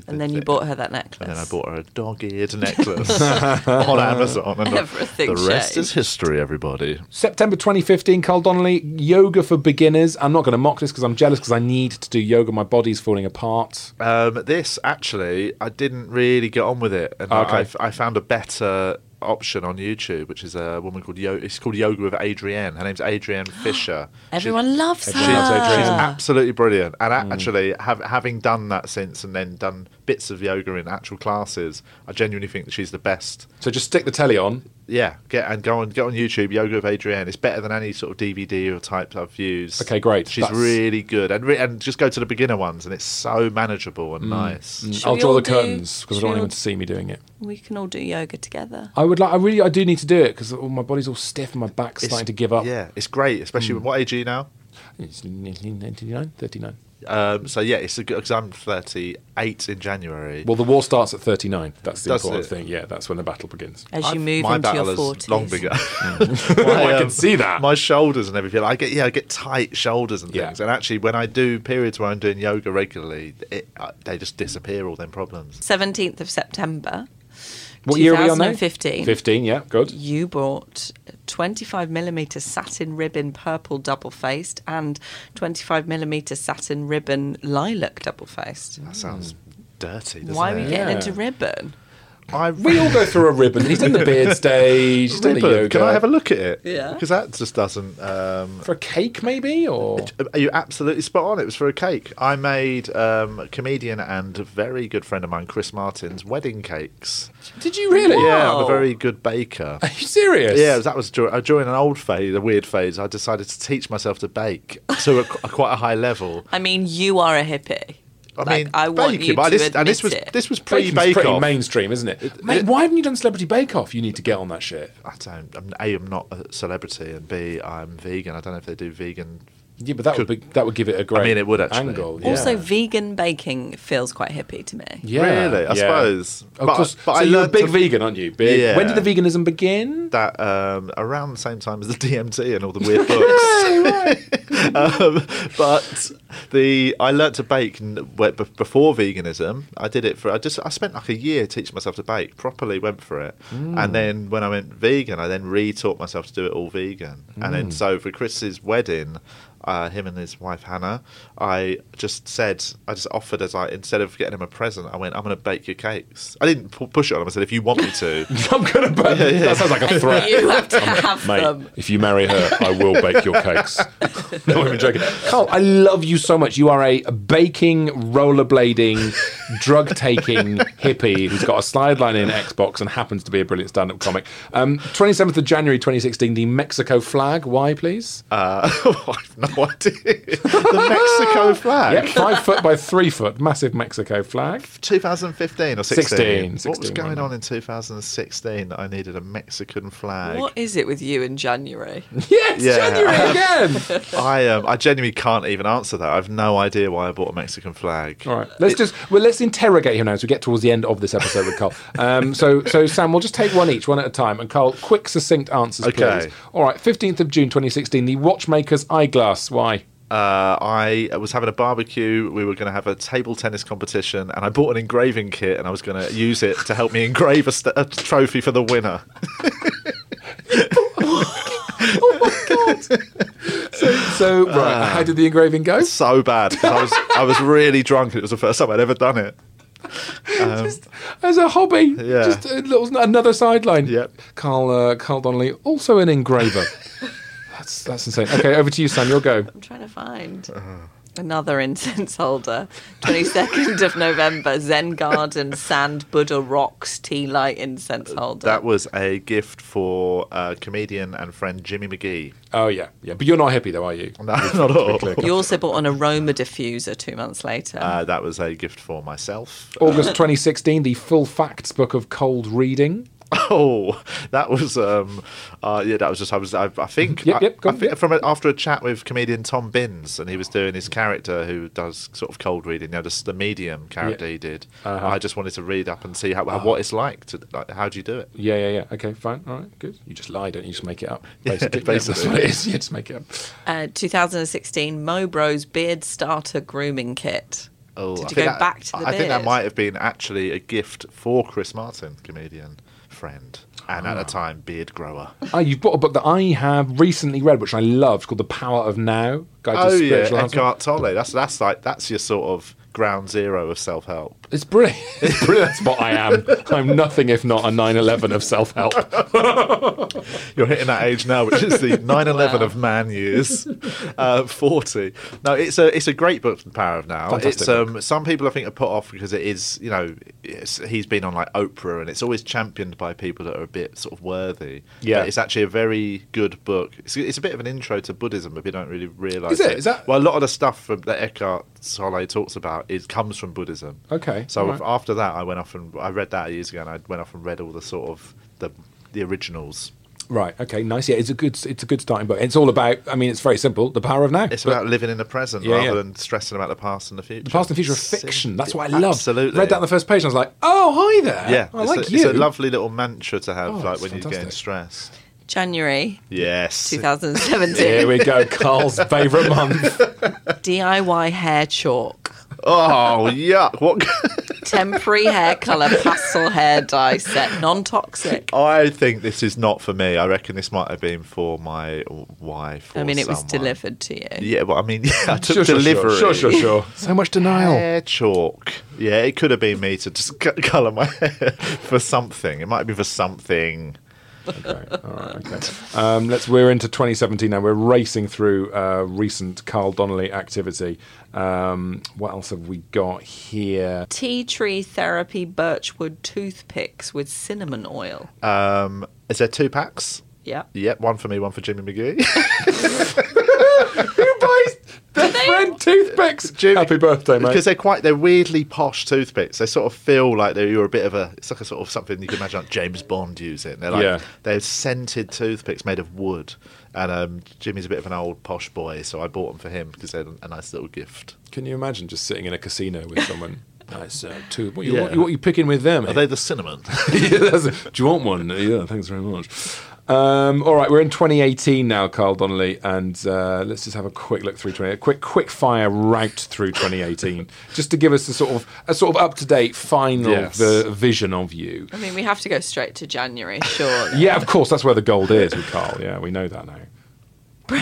And then you bought her that necklace.
And then I bought her
[LAUGHS]
a dog-eared necklace on Amazon. And
Everything
the rest
changed.
is history, everybody.
September 2015, Carl Donnelly, yoga for beginners. I'm not going to mock this because I'm jealous because I need to do yoga. My body's falling apart.
Um, this actually, I didn't really get on with it, and
Okay.
I, f- I found a better option on YouTube, which is a woman called Yo. It's called Yoga with Adrienne. Her
[GASPS]
name's Adrienne Fisher. She-
Everyone loves her.
Everyone loves
She's
Adrienne.
absolutely brilliant, and
Mm.
a- actually, have, having done that since, and then done bits of yoga in actual classes, I genuinely think that she's the best.
So just stick the telly on.
Yeah, get and go on, get on YouTube. Yoga with Adrienne. It's better than any sort of DVD or type I've used.
Okay, great.
She's
That's-
really good, and re- and just go to the beginner ones, and it's so manageable
Mm.
and nice.
Should
I'll
we
draw
all
the
do-
curtains because I
should
don't want
we
anyone
all-
to see me doing it.
We can all do yoga together.
I would like. I really. I do need to do it because oh, my body's all stiff and my back's starting to give up. Mm.
Yeah, it's great, especially with what age are you now?
It's 1999, 39.
Um, so yeah, it's a good because I'm 38 in January.
Well, the war starts at 39. That's the
Does
important
it?
thing. Yeah, that's when the battle
[LAUGHS]
begins.
As you
I've-
move
my
into your
battle is
40s.
long bigger.
[LAUGHS] I can
see that. um, My shoulders and everything. I get yeah, I get tight shoulders and
Yeah.
things. And actually, when I do periods where I'm doing yoga regularly, it, uh, they just disappear all them problems.
17th of September.
What year are we on now?
2015.
15, yeah, good.
You bought 25 millimeter satin ribbon purple double faced and 25 millimeter satin ribbon lilac double faced.
Hmm.
That sounds dirty. Doesn't
Why are
it?
we getting into ribbon? [LAUGHS]
I,
We all go through a ribbon. He's done the beard stage. He's done the
Ribbon,
yoga.
Can I have a look at it?
Yeah.
Because that just doesn't. Um,
for a cake, maybe? Or
Are you absolutely spot on? It was for a cake. I made um, a comedian and a very good friend of mine, Chris Martin's, wedding cakes.
did you really?
Yeah, I'm a very good baker.
Are you serious?
Yeah, that was dur- uh, during an old phase, a weird phase. I decided to teach myself to bake [LAUGHS] to a, qu- a quite a high level.
I mean, you are a hippie.
I
Like,
mean,
I want
baking,
you
but
to
this,
admit
and this was
it.
this was pre
Baking's
Bake
pretty
Off.
mainstream, isn't it? Mate,
it-
why haven't you done Celebrity Bake Off? You need to get on that shit.
I don't. I'm, a, I'm not a celebrity, and B, I'm vegan. I don't know if they do vegan.
Yeah, but that would be, that would give it a great.
I mean, it would actually.
angle. Yeah.
Also, vegan baking feels quite hippie to me.
yeah,
Really? I
yeah.
suppose.
Of
But-
course.
but
so
I
you're a
learnt
big
to-
vegan, aren't you? Big.
Yeah.
When did the veganism
[LAUGHS]
begin?
That um, around the same time as the [LAUGHS] DMT and all the weird books. [LAUGHS] um, but the I learnt to bake n- w- b- before veganism. I did it for I just I spent like a year teaching myself to bake. Properly went for it, and then when I went vegan, I then re-taught myself to do it all vegan. And then so for Chris's wedding. Uh, him and his wife Hannah. I just said, I just offered as like instead of getting him a present, I went, I'm going to bake your cakes. I didn't pu- push it on him. I said, if you want me to,
I'm gonna burn. That sounds like a threat.
You have to have
Mate,
them.
if you marry her, I will bake your cakes. [LAUGHS] no, I'm joking. Carl, I love you so much. You are a baking, rollerblading, drug [LAUGHS] taking hippie who's got a sideline in Xbox and happens to be a brilliant stand up comic. Um, 27th of January 2016, the Mexico flag. Why, please?
Uh, [LAUGHS] I've no idea. the Mexico flag.
[LAUGHS] Yep, five foot by three foot, massive Mexico flag.
2015 or 16.
16,
What was
16,
going
wasn't
on in 2016 that I needed a Mexican flag?
What is it with you in January?
Yes,
Yeah.
January [LAUGHS] again.
I um, I genuinely can't even answer that. I've no idea why I bought a Mexican flag.
All right, let's just well, let's interrogate him now as we get towards the end of this episode with
[LAUGHS]
Carl. Um, so, so Sam, we'll just take one each, one at a time, and Carl, quick, succinct answers,
Okay.
please. All right, fifteenth of June, twenty sixteen, the watchmaker's eyeglass. Why?
Uh, I was having a barbecue. We were going to have a table tennis competition, and I bought an engraving kit, and I was going to use it to help me engrave a, st- a trophy for the winner.
So,
Ah.
right, how did the engraving go?
so bad 'cause I was I was really drunk. and It was the first time I'd ever done it.
Just as a hobby,
Yeah.
just a little, another sideline.
Yep.
Carl, uh, Carl Donnelly, also an
[LAUGHS]
engraver. that's that's insane. Okay, over to you, Sam. Your go.
I'm trying to find
Uh-huh.
another [LAUGHS] incense holder. 22nd of November, Zen Garden Sand Buddha Rocks Tea Light Incense Holder.
Uh, That was a gift for uh, comedian and friend Jimmy
[LAUGHS]
McGee.
Oh yeah, yeah. But you're not hippie, though, are you?
No, not at all.
you also bought an aroma diffuser two months later.
Uh, that was a gift for myself. [LAUGHS]
August 2016, the Full Facts book of cold reading.
Oh, that was um, uh, yeah, that was just I was I, I think
Mm-hmm. Yep,
I-
yep, go
I
on,
think
yep.
from a, after a chat with comedian Tom Binns and he was doing his character who does sort of cold reading, you know, just the medium character he did.
Uh-huh.
I just wanted to read up and see how, what it's like to like, how do you do it?
Yeah, yeah, yeah. Okay, fine. All right, good. You just lie, don't you? You Just make it [LAUGHS] up.
Yeah,
Basically, that's
basically.
what it is. [LAUGHS] You just make it up.
Uh, 2016, Mobro's Beard Starter Grooming Kit.
Oh,
Did
I
you
think
go
that-
back to the
I
beard?
think that might have been actually a gift for Chris Martin, comedian friend, and at the time beard grower.
Ah, you've bought Ah. a book that I have recently read, which I loved, called "The Power of Now." Guide
Oh,
to Spiritual Enhancement.
Eckhart Tolle. That's that's like that's your sort of ground zero of self help.
It's brilliant. [LAUGHS] It's brilliant. That's what I am. I'm nothing if not a 9/11 of self-help.
You're hitting that age now, which
[LAUGHS]
is the 9/11 of man years, uh, 40. No, it's a it's a great book, The Power of Now.
Fantastic
It's um, some people I think are put off because it is you know it's, he's been on like Oprah and it's always championed by people that are a bit sort of worthy.
Yeah.
But it's actually a very good book. It's, it's a bit of an intro to Buddhism, but we don't really realize
Is it? Is that-
well, a lot of the stuff from, that Eckhart Tolle talks about is comes from Buddhism.
Okay,
So
alright.
after that, I went off and I read that years ago, and I went off and read all the sort of the the originals.
Right. Okay. Nice. Yeah. It's a good. It's a good starting point. It's all about. I mean, it's very simple. The power of now.
It's
But
about living in the present
Yeah,
rather
yeah.
than stressing about the past and the future.
the past and future of fiction. That's what I love.
Absolutely.
Read that on the first page. and I was like, oh, hi there.
yeah,
I
it's,
like
a,
you.
it's a lovely little mantra to have,
Oh,
like
that's
when you're getting
fantastic.
stressed.
January
Yes,
2017.
Here we
[LAUGHS]
go. Carl's favourite month.
DIY hair chalk. [LAUGHS]
Oh yuck! What?
Temporary hair colour pastel hair dye set, non-toxic.
[LAUGHS] I think this is not for me. I reckon this might have been for my wife. Or
I mean, it was
someone.
delivered to you.
Yeah, but I mean, [LAUGHS] yeah, I took
Sure, sure, sure.
delivery.
Sure, sure, sure. [LAUGHS] So much denial.
[LAUGHS] Hair chalk. Yeah, it could have been me to just c- [LAUGHS] colour my hair for something. It might be for something.
Um, let's. We're into 2017 now. We're racing through uh, recent Carl Donnelly activity. Um, what else have we got here?
Tea tree therapy birchwood toothpicks with cinnamon oil.
Um, is there two packs?
Yeah.
Yep, one for me, one for Jimmy McGee. [LAUGHS]
Who buys their friend toothpicks?
Jimmy-
Happy birthday, mate.
Because they're quite, they're weirdly posh toothpicks. They sort of feel like they're, you're a bit of a, it's like a sort of something you can imagine like James Bond using. They're like,
Yeah.
they're scented toothpicks made of wood. And um, Jimmy's a bit of an old posh boy, so I bought them for him because they're a nice little gift.
Can you imagine just sitting in a casino with someone? Nice uh, two. What you,
Yeah.
what, you, what you picking with them?
Are
eh?
they
[LAUGHS]
the cinnamon?
Yeah, that's a- do you want one? Yeah, thanks very much. Um, all right, we're in 2018 now, Carl Donnelly, and uh, let's just have a quick look through 20, a quick quick fire route through 2018, [LAUGHS] just to give us a sort of a sort of up to date final
Yes.
the vision of you.
I mean, we have to go straight to January, sure.
[LAUGHS]
Yeah, of course, that's where the gold is with Carl. Yeah, we know that now.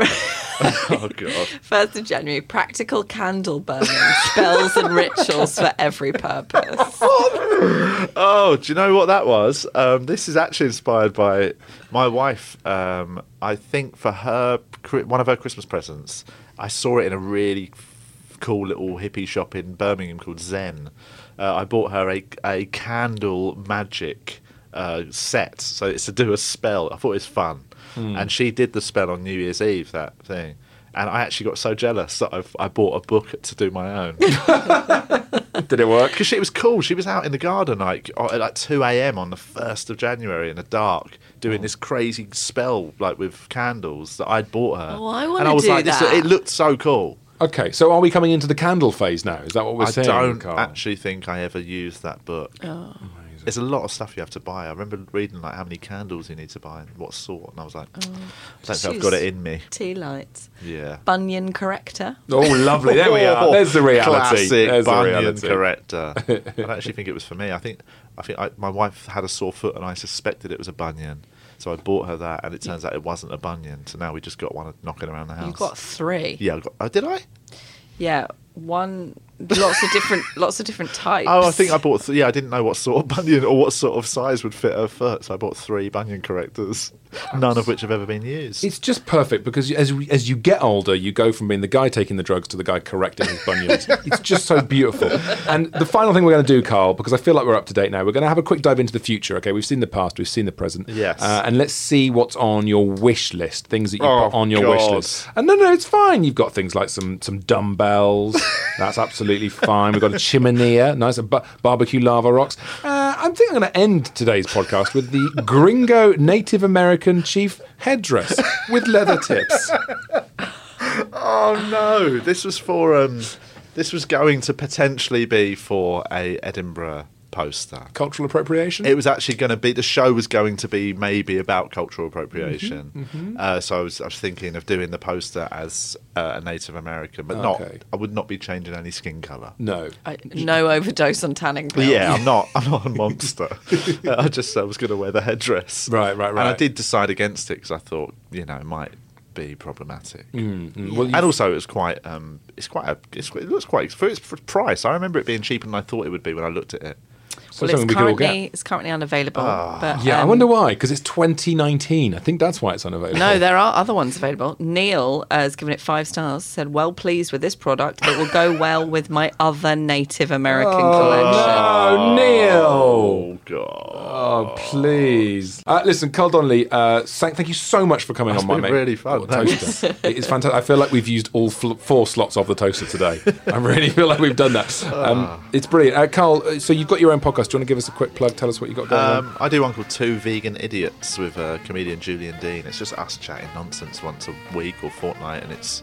oh, God.
First of January, practical candle burning, spells and rituals for every
[LAUGHS]
purpose.
Oh, do you know what that was? Um, this is actually inspired by my wife. Um, I think for her, cri- one of her Christmas presents, I saw it in a really f- cool little hippie shop in Birmingham called Zen. Uh, I bought her a, a candle magic uh, set, so it's to do a spell. I thought it was fun, and she did the spell on New Year's Eve. That thing. And I actually got so jealous that I've, I bought a book to do my own.
Did it work?
Because she was cool. She was out in the garden like uh, at like two a.m. on the first of January in the dark,
Oh.
doing this crazy spell like with candles that I'd bought her.
Oh, I
And
wanna
I was
do
like,
that.
This, it looked so cool.
Okay, so are we coming into the candle phase now? Is that what we're
I
saying,
don't
Carl?
actually think I ever used that book.
Oh.
There's a lot of stuff you have to buy. I remember reading like how many candles you need to buy and what sort, and I was like,
Oh.
I don't think I've got it in me.
Tea lights.
Yeah.
Bunyan corrector.
Oh, lovely. There we are. [LAUGHS] There's the reality.
Classic
There's the
Bunyan
reality. [LAUGHS]
corrector. I don't actually think it was for me. I think I think I, my wife had a sore foot, and I suspected it was a bunion. So I bought her that, and it turns out it wasn't a bunion. So now we just got one knocking around the house.
You got three.
yeah, I got, oh, did I?
Yeah, one. Lots of different. lots of different types.
Oh, I think I bought. Th- yeah, I didn't know what sort of [LAUGHS] bunion or what sort of size would fit her foot, so I bought three bunion correctors, none of which have ever been used.
It's just perfect because as we- as you get older, you go from being the guy taking the drugs to the guy correcting his bunions. it's just so beautiful. And the final thing we're going to do, Carl, because I feel like we're up to date now, we're going to have a quick dive into the future. Okay, we've seen the past, we've seen the present.
Yes.
Uh, and let's see what's on your wish list, things that you
Oh,
put on your wish
God.
list. And no, no, it's fine. You've got things like some some dumbbells. That's absolutely fine. We've got a chimney, nice a ba- barbecue lava rocks. Uh, I think I'm going to end today's podcast with the Gringo Native American chief headdress with leather tips.
Oh no! This was for um, this was going to potentially be for a Edinburgh poster.
Cultural appropriation.
It was actually going to be the show was going to be maybe about cultural
Mm-hmm.
appropriation. Uh, so I was I was thinking of doing the poster as uh, a Native American, but
Okay.
not I would not be changing any skin color.
no.
I- no overdose on tanning
But
pills.
Yeah,
[LAUGHS]
I'm not. I'm not a monster. I just I was going to wear the headdress.
Right, right,
And I
right.
did decide against it because I thought you know it might be problematic.
Mm. Well,
and also, it was quite. Um, it's quite. A, it's, it looks quite for its price. I remember it being cheaper than I thought it would be when I looked at it.
Well, it's currently it's currently unavailable.
Ah.
but,
Yeah, I
um,
wonder why. Because it's 2019. I think that's why it's unavailable.
No, there are other ones available. Neil uh, has given it five stars. Said, "Well pleased with this product. It will go well with my other Native American collection."
Oh, Neil.
Oh god!
Oh please. Uh, listen, Carl Donnelly, uh, thank thank you so much for coming
That's
on, my
been
mate.
really fun,
What a
thanks.
toaster. it is fantastic. I feel like we've used all fl- four slots of the toaster today. I really feel like we've done that.
Ah.
Um, it's brilliant. Uh, Carl, uh, so you've got your own podcast. Do you want to give us a quick plug? Tell us what you got going on.
Um, I do one called Two Vegan Idiots with uh, comedian Julian Dean. It's just us chatting nonsense once a week or fortnight, and it's,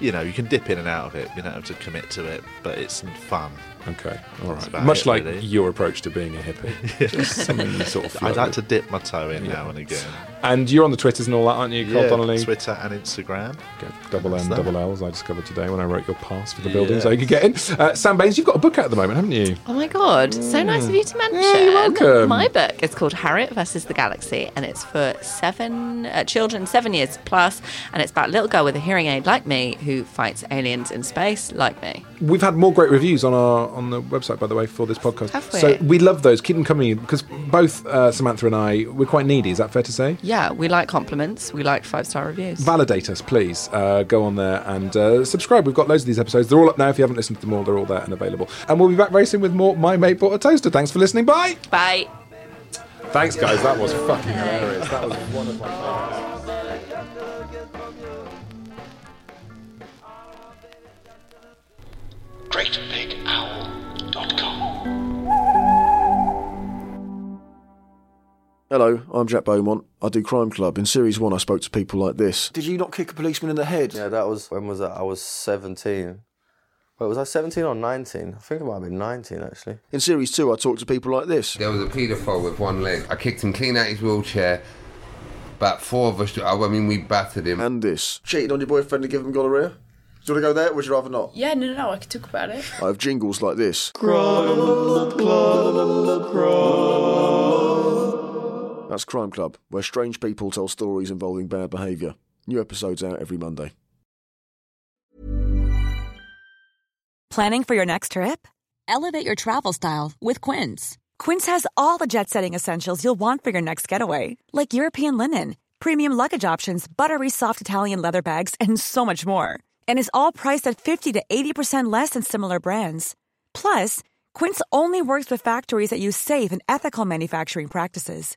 you know, you can dip in and out of it. You don't have to commit to it, but it's fun.
Okay, all
That's
right.
about
Much
it,
like
really.
your approach to being a
[LAUGHS]
hippie. Just some sort of
I'd
flow.
like to dip my toe in
Yeah.
now and again.
And you're on the Twitters and all that, aren't you, Carl
Yeah,
Donnelly?
Twitter and Instagram.
Double
That's
M,
that.
double L's, I discovered today when I wrote your pass for the
Yeah.
building so you could get in. Uh, Sam Baines, you've got a book out at the moment, haven't you?
Oh my god, so nice of you to mention.
welcome.
My book is called Harriet versus the Galaxy and it's for seven uh, children, seven years plus, and it's about a little girl with a hearing aid like me who fights aliens in space like me.
We've had more great reviews on our on the website, by the way, for this podcast.
Have we?
So we love those. Keep them coming because both uh, Samantha and I, we're quite needy. Is that fair to say?
Yeah, we like compliments, we like five star reviews.
Validate us, please. Uh, go on there and uh, subscribe. We've got loads of these episodes. They're all up now. If you haven't listened to them all, they're all there and available. And we'll be back very soon with more My Mate Bought a Toaster. Thanks for listening. Bye.
Bye.
Thanks, guys. That was fucking hilarious. That was one of my
Hello, I'm Jack Beaumont. I do Crime Club. In Series 1, I spoke to people like this.
Did you not kick a policeman in the head? Yeah, that was when was that? I was seventeen. Wait, was I seventeen or nineteen? I think it might have been nineteen actually.
In Series 2, I talked to people like this.
There was a paedophile with one leg. I kicked him clean out his wheelchair. About four of us, I mean, we battered him.
And this. Cheated on your boyfriend to give him gonorrhea? Do you want to go there, or would you rather not?
Yeah, no, no, no, I could talk about it.
I have jingles like this. That's Crime Club, where strange people tell stories involving bad behaviour. New episodes out every Monday.
Planning for your next trip? Elevate your travel style with Quince. Quince has all the jet setting essentials you'll want for your next getaway, like European linen, premium luggage options, buttery soft Italian leather bags, and so much more. And is all priced at 50 to 80% less than similar brands. Plus, Quince only works with factories that use safe and ethical manufacturing practices.